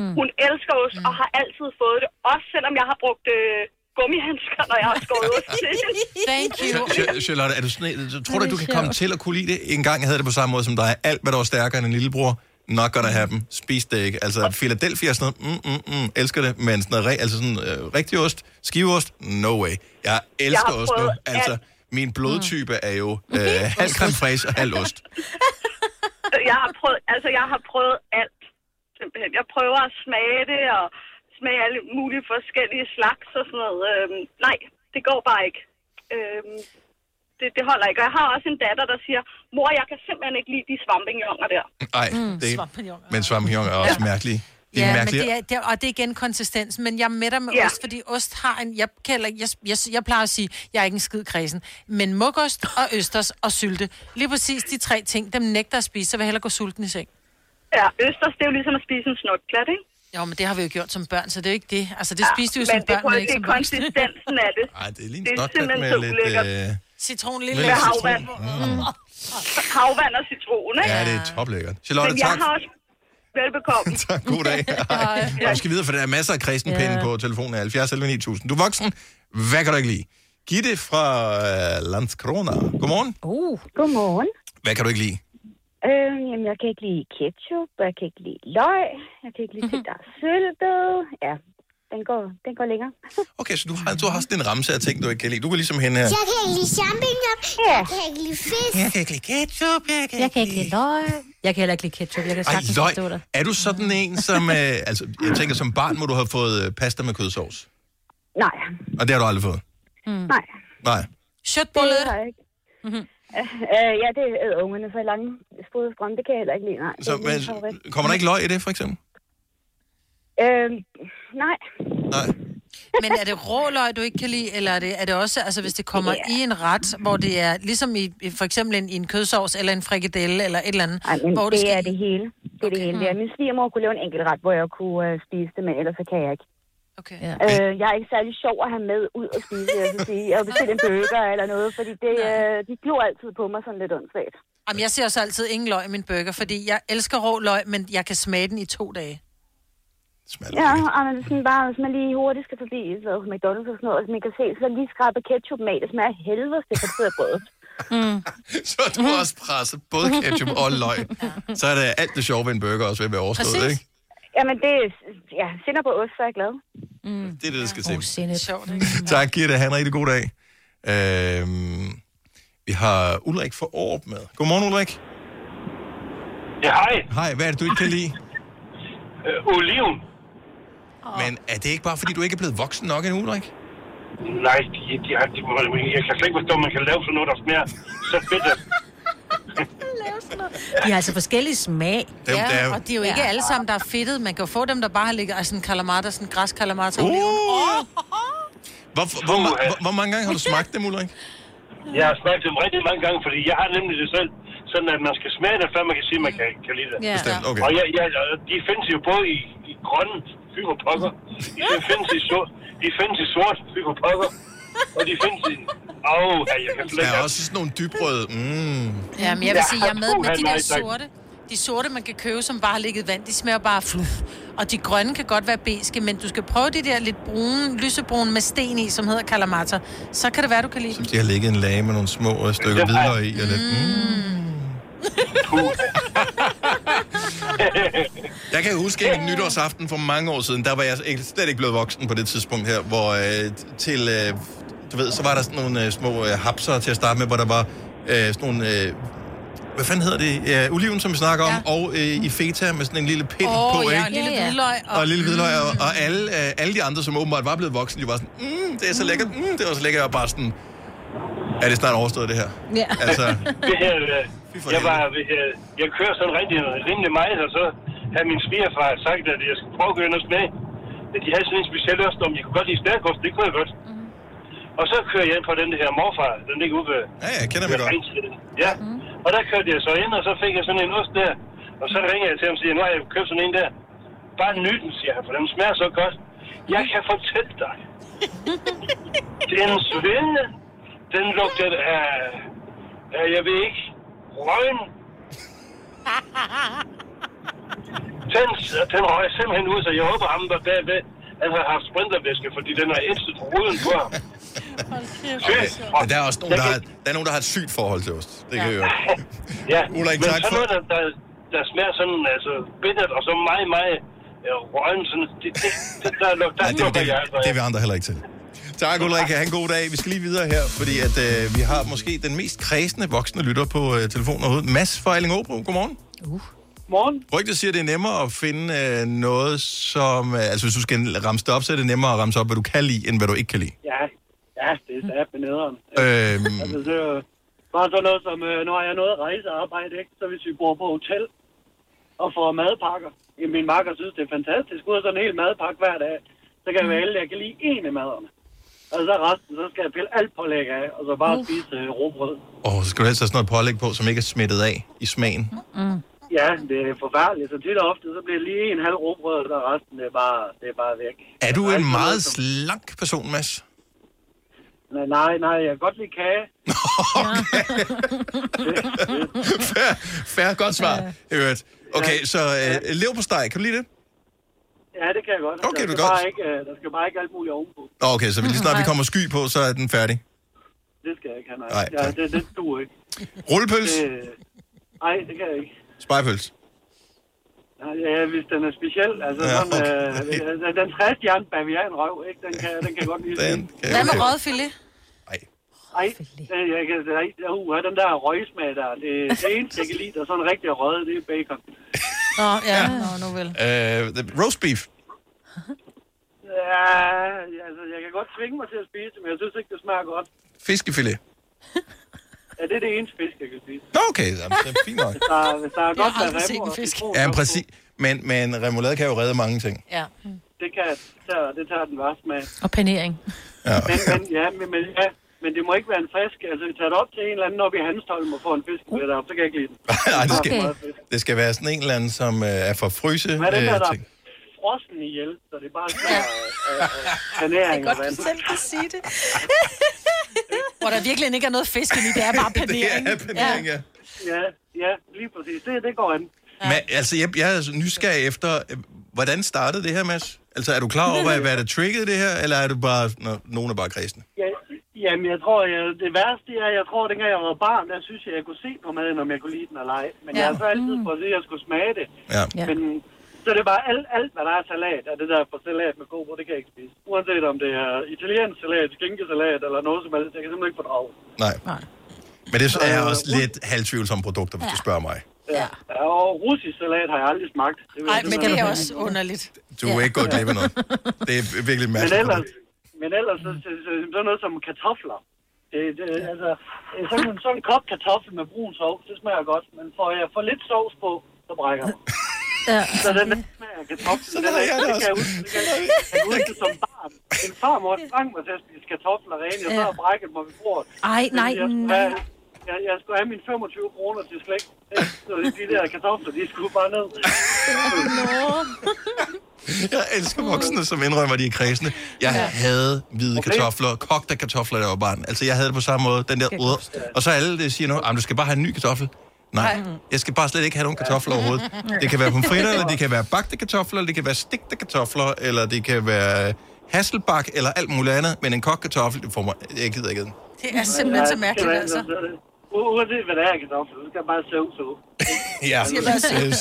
Speaker 19: Mm. Hun elsker ost og har altid fået det, også selvom jeg har brugt øh, gummihandsker, når jeg har skåret ost til hende.
Speaker 3: Thank
Speaker 1: Ch- Charlotte, er du sådan, en- tror du, du kan komme til at kunne lide det? En gang havde jeg det på samme måde som dig. Alt, hvad der var stærkere end en lillebror, nok
Speaker 19: Mm.
Speaker 1: godt at have dem. Spis det ikke. Altså, Philadelphia og sådan noget, mm, mm, mm, elsker det. Men sådan noget, re- altså sådan øh, rigtig ost, skiveost, no way. Jeg
Speaker 19: Jeg
Speaker 1: elsker
Speaker 19: har
Speaker 1: ost nu.
Speaker 19: prøvet
Speaker 1: Altså,
Speaker 19: alt. Mm.
Speaker 1: min blodtype er jo øh, halv creme fraiche og halv ost.
Speaker 19: jeg har prøvet, altså jeg har prøvet alt. Simpelthen. Jeg prøver at smage det og smage alle mulige forskellige slags og sådan noget. Øhm, nej, det går bare ikke. Øhm, det, det holder ikke. Og jeg har også en datter, der siger, mor, jeg kan simpelthen ikke lide de svampingjonger der.
Speaker 1: Ej,
Speaker 3: Mm,
Speaker 1: det,
Speaker 3: svampignon.
Speaker 1: men svampignon er også
Speaker 3: Ja.
Speaker 1: mærkelige. De er
Speaker 3: Ja, men
Speaker 1: mærkelige.
Speaker 3: det er, det er, og det er igen konsistensen, men jeg er med dig med
Speaker 19: Ja.
Speaker 3: ja. ost, fordi ost har en, jeg, kalder, jeg, jeg, jeg plejer at sige, jeg er ikke en skid kredsen, men mukost og østers og sylte, lige præcis de tre ting, dem nægter at spise, så vil jeg hellere gå sulten i seng.
Speaker 19: Ja, østers, det er jo ligesom at spise en snotklat, ikke?
Speaker 3: Jo, men det har vi jo gjort som børn, så det er jo ikke det. Altså, det spiste vi jo
Speaker 19: men
Speaker 3: som
Speaker 19: det,
Speaker 3: børn, men
Speaker 19: prøver-
Speaker 3: ikke
Speaker 19: det
Speaker 3: som
Speaker 19: er
Speaker 3: voksne.
Speaker 19: konsistensen af det.
Speaker 1: Ej, det er lige en
Speaker 19: Det er
Speaker 1: snotklat
Speaker 19: simpelthen
Speaker 1: med
Speaker 19: så
Speaker 1: lidt...
Speaker 19: ulækkert.
Speaker 1: Øh,
Speaker 3: Citron,
Speaker 1: med
Speaker 3: lille
Speaker 1: lidt citron.
Speaker 19: havvand.
Speaker 1: Mm.
Speaker 19: Havvand og citron, ikke?
Speaker 1: Ja, det er toplækkert.
Speaker 19: men
Speaker 1: Charlotte,
Speaker 19: jeg
Speaker 1: tak.
Speaker 19: har også... Velbekomme.
Speaker 1: tak, god dag. Hej. Du skal videre, for der er masser af kristenpinde
Speaker 19: Ja.
Speaker 1: yeah. på telefonen af 70 11 9000. Du er voksen. Hvad kan du ikke lide? Gitte fra uh, Landskrona. Godmorgen.
Speaker 21: Uh. Godmorgen.
Speaker 1: Hvad kan du ikke lide?
Speaker 21: Øhm, jamen, jeg kan Mhm. ikke lide ketchup, og jeg kan ikke lide løg, jeg kan ikke lide ting, der er syltet. Ja, den går, den går længere.
Speaker 1: Okay, så du har, du har sådan en ramse af ting, du ikke kan lide. Du kan ligesom hende her.
Speaker 20: Jeg kan ikke lide champignon. Jeg kan ikke lide fisk.
Speaker 1: Jeg kan ikke lide ketchup. Jeg kan,
Speaker 4: jeg kan ikke lide løg. Jeg kan heller ikke lide ketchup. Jeg kan
Speaker 1: Ej,
Speaker 4: sagtens forstå
Speaker 1: løg.
Speaker 4: dig.
Speaker 1: Er du sådan en, som... Øh, altså, jeg tænker, som barn må du have fået øh, pasta med kødsovs.
Speaker 21: Nej.
Speaker 1: Og det har du aldrig fået.
Speaker 21: Mm. Nej.
Speaker 1: Nej.
Speaker 21: Shotbullet? Det har jeg ikke. Mm-hmm. Øh, ja, det er ungerne for lange sprøde strøm. Det kan jeg heller ikke lide, nej.
Speaker 1: Så,
Speaker 21: det er min favorit.
Speaker 1: men, kommer der ikke løg i det, for eksempel?
Speaker 21: Øh, nej.
Speaker 3: Men er det rå løg, du ikke kan lide, eller er det, er det også, altså hvis det kommer yeah. i en ret, hvor det er ligesom i, i- for eksempel en, i en kødsovs, eller en frikadelle, eller et eller andet,
Speaker 21: Ej, men
Speaker 3: hvor
Speaker 21: det,
Speaker 3: det skal...
Speaker 21: er det hele. Det er det hele. Mm. Min svigermor kunne lave en enkelt ret, hvor jeg kunne øh, spise det, men ellers så kan jeg ikke.
Speaker 3: Okay.
Speaker 21: Ja. Øh, jeg er ikke særlig sjov at have med ud og spise, jeg vil sige. Jeg vil bestille en burger eller noget, fordi det, øh, de glor altid på mig sådan lidt åndssvagt.
Speaker 3: Jamen, jeg ser også altid ingen løg i min burger, fordi jeg elsker rå løg, men jeg kan smage den i to dage.
Speaker 21: Ja, og man sådan bare, hvis man lige hurtigt skal forbi så McDonald's og sådan noget, og man kan se, så lige skrabe ketchup med, det smager af helvede til på brødet.
Speaker 4: Mm.
Speaker 1: Så er du også presset både ketchup og løg. Så er det alt det sjove ved en burger også ved at være overstået,
Speaker 21: Præcis.
Speaker 1: ikke?
Speaker 21: Jamen, det er, ja, sinder på ost, så er jeg glad. Mm.
Speaker 1: Det er det, der skal til.
Speaker 4: Sindet.
Speaker 3: Sjovt,
Speaker 1: Tak, Gitte. Ha' en rigtig god dag. Øhm, vi har Ulrik for Aarup med. Godmorgen, Ulrik.
Speaker 6: Ja, hej.
Speaker 1: Hej, hvad er det, du ikke kan lide?
Speaker 6: Øh, oliven.
Speaker 1: Men er det ikke bare, fordi du ikke er blevet voksen nok endnu, Ulrik?
Speaker 6: Nej, de, de, har- de, de, jeg kan slet ikke forstå, at man kan lave sådan noget, der smager så fedt. at-
Speaker 4: De har altså forskellige smag.
Speaker 1: Dem,
Speaker 3: ja,
Speaker 1: der er-
Speaker 3: og det er jo ikke
Speaker 4: Ja.
Speaker 3: alle sammen, der er fedtet. Man kan jo få dem, der bare har ligget, altså en kalamar, der er sådan en græs kalamar til
Speaker 1: Uh!
Speaker 3: oliven. Åh,
Speaker 1: Hvor, hvor, hvor, hvor mange gange har du smagt dem, Ulrik?
Speaker 6: Jeg har snakket om rigtig mange gange, fordi jeg har nemlig det selv, sådan at man skal smage det, før man kan sige, at man kan, kan lide det.
Speaker 1: Ja. Bestemt, okay.
Speaker 6: Og jeg, jeg, og de findes jo både i, i grønne fyr og pokker, de findes i sort, de findes i sort fyr og pokker, og de findes i... Åh, oh, jeg kan slet
Speaker 1: Der
Speaker 6: ikke...
Speaker 1: er også sådan nogle dybrøde. Mm.
Speaker 3: Ja, men jeg vil sige, jeg er med med
Speaker 6: Uha,
Speaker 3: de
Speaker 6: nej,
Speaker 3: der
Speaker 6: tak.
Speaker 3: sorte. De sorte, man kan købe, som bare har ligget i vand, de smager bare fluff. Og de grønne kan godt være beske, men du skal prøve de der lidt brune, lysebrune med sten i, som hedder kalamata. Så kan det være, du kan lide dem.
Speaker 1: De har ligget en lage med nogle små øh, stykker hvidløg i. Og lidt. Mm. Jeg kan huske en nytårsaften for mange år siden, der var jeg ikke- slet ikke blevet voksen på det tidspunkt her, hvor øh, t- til, øh, du ved, så var der sådan nogle øh, små øh, hapser til at starte med, hvor der var øh, sådan nogle, øh, hvad fanden hedder det, ja, oliven, som vi snakker om, og øh, i feta med sådan en lille pind
Speaker 3: Åh,
Speaker 1: på,
Speaker 3: ja, og
Speaker 1: ikke?
Speaker 3: Mm. en lille hvidløg.
Speaker 1: Og, og lille hvidløg, og, og alle, øh, alle de andre, som åbenbart var blevet voksne, de var sådan, mm, det er så lækkert, mm, det var så lækkert, og bare sådan, er det snart overstået det her?
Speaker 4: Ja.
Speaker 1: Altså,
Speaker 6: Det her, øh, jeg, var, jeg, jeg kører sådan rigtig rimelig meget, og så havde min svigerfar sagt, at jeg skulle prøve at gøre noget smag. Men de havde sådan en speciel ost, om jeg kunne godt lide stærkost, det kunne jeg godt. Og så kører jeg ind på den der her morfar, den ligger ude ved...
Speaker 1: Ja, jeg kender mig godt.
Speaker 6: Ja, og der kørte jeg så ind, og så fik jeg sådan en ost der. Og så ringer jeg til ham og siger, nu har jeg købt sådan en der. Bare nyt den, siger han, for den smager så godt. Jeg kan fortælle dig. den svinde, den lugter af... af jeg ved ikke, røgen. Den, den røg simpelthen ud, så jeg håber ham der bagved, han har haft sprintervæske, fordi den har ætset ruden på ham.
Speaker 1: men der er også nogen, der har, der er nogen, der har et sygt forhold til ost. Det kan jeg jo.
Speaker 6: Ja,
Speaker 1: Ulrik,
Speaker 6: men
Speaker 1: tak
Speaker 6: sådan
Speaker 1: for-
Speaker 6: noget, der, der, der smager sådan, altså, bittert, og så meget, meget øh, røgen, sådan, det, det, det der lugter, der
Speaker 1: Nej, det,
Speaker 6: lukker
Speaker 1: det,
Speaker 6: jeg altså.
Speaker 1: det er vi andre heller ikke til. Tak, Ulrik. Ha' en god dag. Vi skal lige videre her, fordi at, øh, vi har måske den mest kredsende voksne lytter på øh, telefonen overhovedet. Mads fra Elling Åbro. Godmorgen. Uh.
Speaker 22: Morgen.
Speaker 1: Rygtet siger, at det er nemmere at finde øh, noget, som... Øh, altså, hvis du skal ramse det op, så er det nemmere at ramse op, hvad du kan lide, end hvad du ikke kan lide.
Speaker 22: Ja, ja det er sat med nederen.
Speaker 1: Øhm.
Speaker 22: Altså, det er jo bare sådan noget som, øh, nu har jeg noget at rejse og arbejde, ikke? så hvis vi bor på hotel og får madpakker, ja, min makker synes, det er fantastisk, ud af sådan en hel madpakke hver dag, så kan jeg vælge, jeg kan lige en af maderne. Og så resten, så skal jeg pille alt pålæg af, og så bare spise øh, råbrød.
Speaker 1: Og så skal du helst have sådan noget pålæg på, som ikke er smittet af i smagen.
Speaker 22: Mm. Ja, det er forfærdeligt. Så tit og ofte, så bliver det lige en halv råbrød, og resten det er bare, det er bare væk.
Speaker 1: Er du en meget slank person, Mads?
Speaker 22: Nej, nej, nej, jeg kan godt lide kage.
Speaker 1: Fair, fair godt svar. i øvrigt. Okay, så øh, leverpostej, kan du lide det?
Speaker 22: Ja, det kan jeg godt.
Speaker 1: Okay,
Speaker 22: der,
Speaker 1: det er
Speaker 22: skal
Speaker 1: godt.
Speaker 22: Bare ikke, øh, der skal bare ikke alt muligt ovenpå.
Speaker 1: Nå, Okay, så lige snart vi kommer sky på, så er den færdig.
Speaker 22: Det skal jeg ikke have, nej.
Speaker 1: Nej,
Speaker 22: ja,
Speaker 1: tak.
Speaker 22: det, det duer ikke. øh,
Speaker 1: Rullepøls?
Speaker 22: Det- Nej, det kan jeg ikke.
Speaker 1: Spejpøls.
Speaker 22: Ja, hvis den er speciel. Altså, ja, sådan, øh, altså, den træstjerne bavianrøv, ikke? Den kan, den kan jeg godt lide. Den kan
Speaker 3: Hvad med rødfilet?
Speaker 22: Nej, den, øh, jeg kan, nej, uh, den der røgsmag der, det, det eneste, jeg kan lide, der er sådan rigtig rød, det er bacon.
Speaker 3: Nå, ja, nå, nu vel.
Speaker 1: Øh, the- roast beef.
Speaker 22: Ja, altså, jeg kan godt tvinge mig til at spise det, men jeg synes ikke, det smager godt.
Speaker 1: Fiskefilet.
Speaker 22: Ja, det er det eneste fisk, jeg kan spise.
Speaker 1: Nå, okay, jamen, det er fint nok.
Speaker 22: Hvis der, hvis der er Jeg godt har med aldrig set remmer en og fisk.
Speaker 1: Ja,
Speaker 3: Oh,
Speaker 1: men præcis. Men, men remoulade kan jo redde mange ting.
Speaker 3: Ja.
Speaker 22: Det kan tage, det tager den værste med.
Speaker 2: Og panering.
Speaker 1: Ja.
Speaker 22: Men, men, ja, men, men, ja, men det må ikke være en frisk. Altså, vi tager det op til en eller anden, når vi Hanstholm og får en fisk med deroppe, så kan jeg ikke lide den.
Speaker 1: Nej, det
Speaker 22: Okay.
Speaker 1: skal, det skal være sådan en eller anden, som øh, er fra fryse.
Speaker 22: Hvad er det der,
Speaker 1: øh,
Speaker 22: der
Speaker 1: ting.
Speaker 22: er frossen ihjel, så det er bare sådan øh, panering og vand.
Speaker 3: kan sige det. Hvor der virkelig ikke er noget fisk i, det er bare panering.
Speaker 1: Det er panering, ja.
Speaker 22: Ja, ja, lige præcis. Det, det går an.
Speaker 1: Men, altså, jeg, jeg er nysgerrig efter, øh, hvordan startede det her, Mads? Altså, er du klar over, hvad, hvad der triggede det her, eller er du bare, nå, nogen er bare kristne?
Speaker 22: Ja, jamen, jeg tror, jeg, det værste er, jeg tror, dengang jeg var barn, der synes jeg, jeg kunne se på maden, om jeg kunne lide den eller ej. Men ja. jeg har så altid
Speaker 3: Mm.
Speaker 22: prøvet at sige, at jeg skulle smage det.
Speaker 1: Ja.
Speaker 22: Men så det er bare alt, alt, hvad der er salat, og det der for salat med kobo, det kan jeg ikke spise. Uanset om det er italiensk salat, skinkesalat eller noget som helst, jeg kan simpelthen ikke fordrage.
Speaker 1: Nej. Nej. Men det er
Speaker 3: Øh,
Speaker 1: også
Speaker 3: uh.
Speaker 1: lidt halvtvivlsomme produkter, hvis du spørger mig.
Speaker 22: Ja. ja. Og russisk salat har jeg aldrig smagt.
Speaker 3: Nej, men det er også underligt.
Speaker 1: Du er ikke gået glip af noget. Det er virkelig
Speaker 22: Men
Speaker 1: mærkeligt.
Speaker 22: ellers, men ellers så, så, så, sådan noget som kartofler. Det, det, altså, sådan, en- sådan en kop kartoffel med brun sovs, det smager godt, men får jeg for lidt sovs på, så brækker jeg mig.
Speaker 2: Ja.
Speaker 22: Så den der smag af kartoflen,
Speaker 13: Sådan
Speaker 22: den er,
Speaker 13: har jeg det
Speaker 22: det kan jeg
Speaker 13: også.
Speaker 22: huske, det kan jeg, jeg kan huske det som barn. Min farmor tvang mig til at spise kartofler rene, jeg så
Speaker 2: Ja.
Speaker 22: har brækket mig ved bordet.
Speaker 2: Ej,
Speaker 22: Fordi
Speaker 2: nej,
Speaker 22: jeg skulle
Speaker 2: nej.
Speaker 22: have- Jeg, jeg skulle have mine 25 kroner til slægt, ikke? så de der kartofler, de skulle bare ned.
Speaker 1: Jeg elsker voksne, som indrømmer, at de er kredsende. Jeg
Speaker 22: Ja.
Speaker 1: havde hvide
Speaker 22: Okay.
Speaker 1: kartofler, kogte kartofler, der var barn. Altså, jeg havde det på samme måde, den der
Speaker 22: Skal
Speaker 1: ud.
Speaker 22: koges.
Speaker 1: Og så alle det siger noget, "Ah, men du skal bare have en ny kartoffel. Nej,
Speaker 22: Nej.
Speaker 1: jeg skal bare slet ikke have nogen kartofler overhovedet.
Speaker 22: Nej.
Speaker 1: Det kan være pomfritter, eller det kan være bagte kartofler, eller det kan være stegte kartofler, eller det kan være hasselbak, eller alt muligt andet. Men en kogt kartoffel, det får mig... Jeg gider ikke æde den.
Speaker 3: Det er simpelthen så mærkeligt,
Speaker 22: Ja,
Speaker 3: altså.
Speaker 22: U- Uanset hvad det er, kartofler, så skal jeg bare søvn så.
Speaker 1: Ja,
Speaker 22: Det skal bare
Speaker 1: præcis.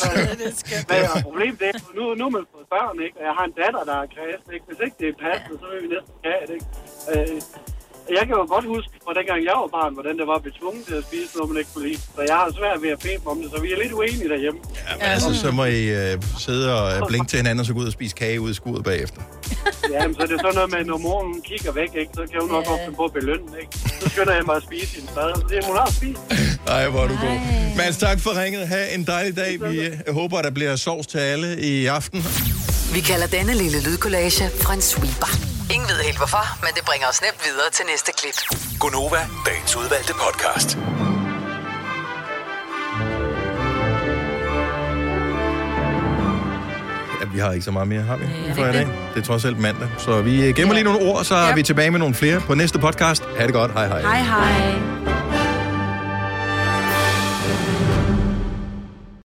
Speaker 22: Men jeg har problemet det, er, nu, nu er man fået børn, ikke? Og jeg har en datter, der er kræsen, ikke? Hvis ikke det er passende, så vil vi næsten have det, ikke? Øh, jeg kan jo godt huske, fra dengang jeg var barn, hvordan det var at blive tvunget til at spise noget, man ikke kunne lide. Så jeg har svært ved at bede dem om det, så vi er lidt uenige derhjemme.
Speaker 1: Jamen, altså, så må I øh, sidde og øh, blinke til hinanden, og så gå ud og spise kage ud i skuret bagefter.
Speaker 22: Ja, men så er det sådan noget med, når moren kigger væk, ikke? Så kan hun nok ofte på at belønne, ikke? Så skynder jeg mig at spise sin mad. Det er hun har spist.
Speaker 1: Ej, hvor er du god. Mads, tak for ringet. Ha' en dejlig dag. Vi øh, håber, der bliver sovs til alle i aften.
Speaker 5: Vi kalder denne lille lydkollage Frans sweeper. Ingen ved helt hvorfor, men det bringer os nemt videre til næste klip.
Speaker 14: Gonova, dagens udvalgte podcast.
Speaker 1: Ja, vi har ikke så meget mere, har vi?
Speaker 14: Nej.
Speaker 1: For i dag. Det er trods alt mandag. Så vi øh, gemmer lige nogle ord, så er vi tilbage med nogle flere på næste podcast. Ha' det godt. Hej hej.
Speaker 2: Hej, hej.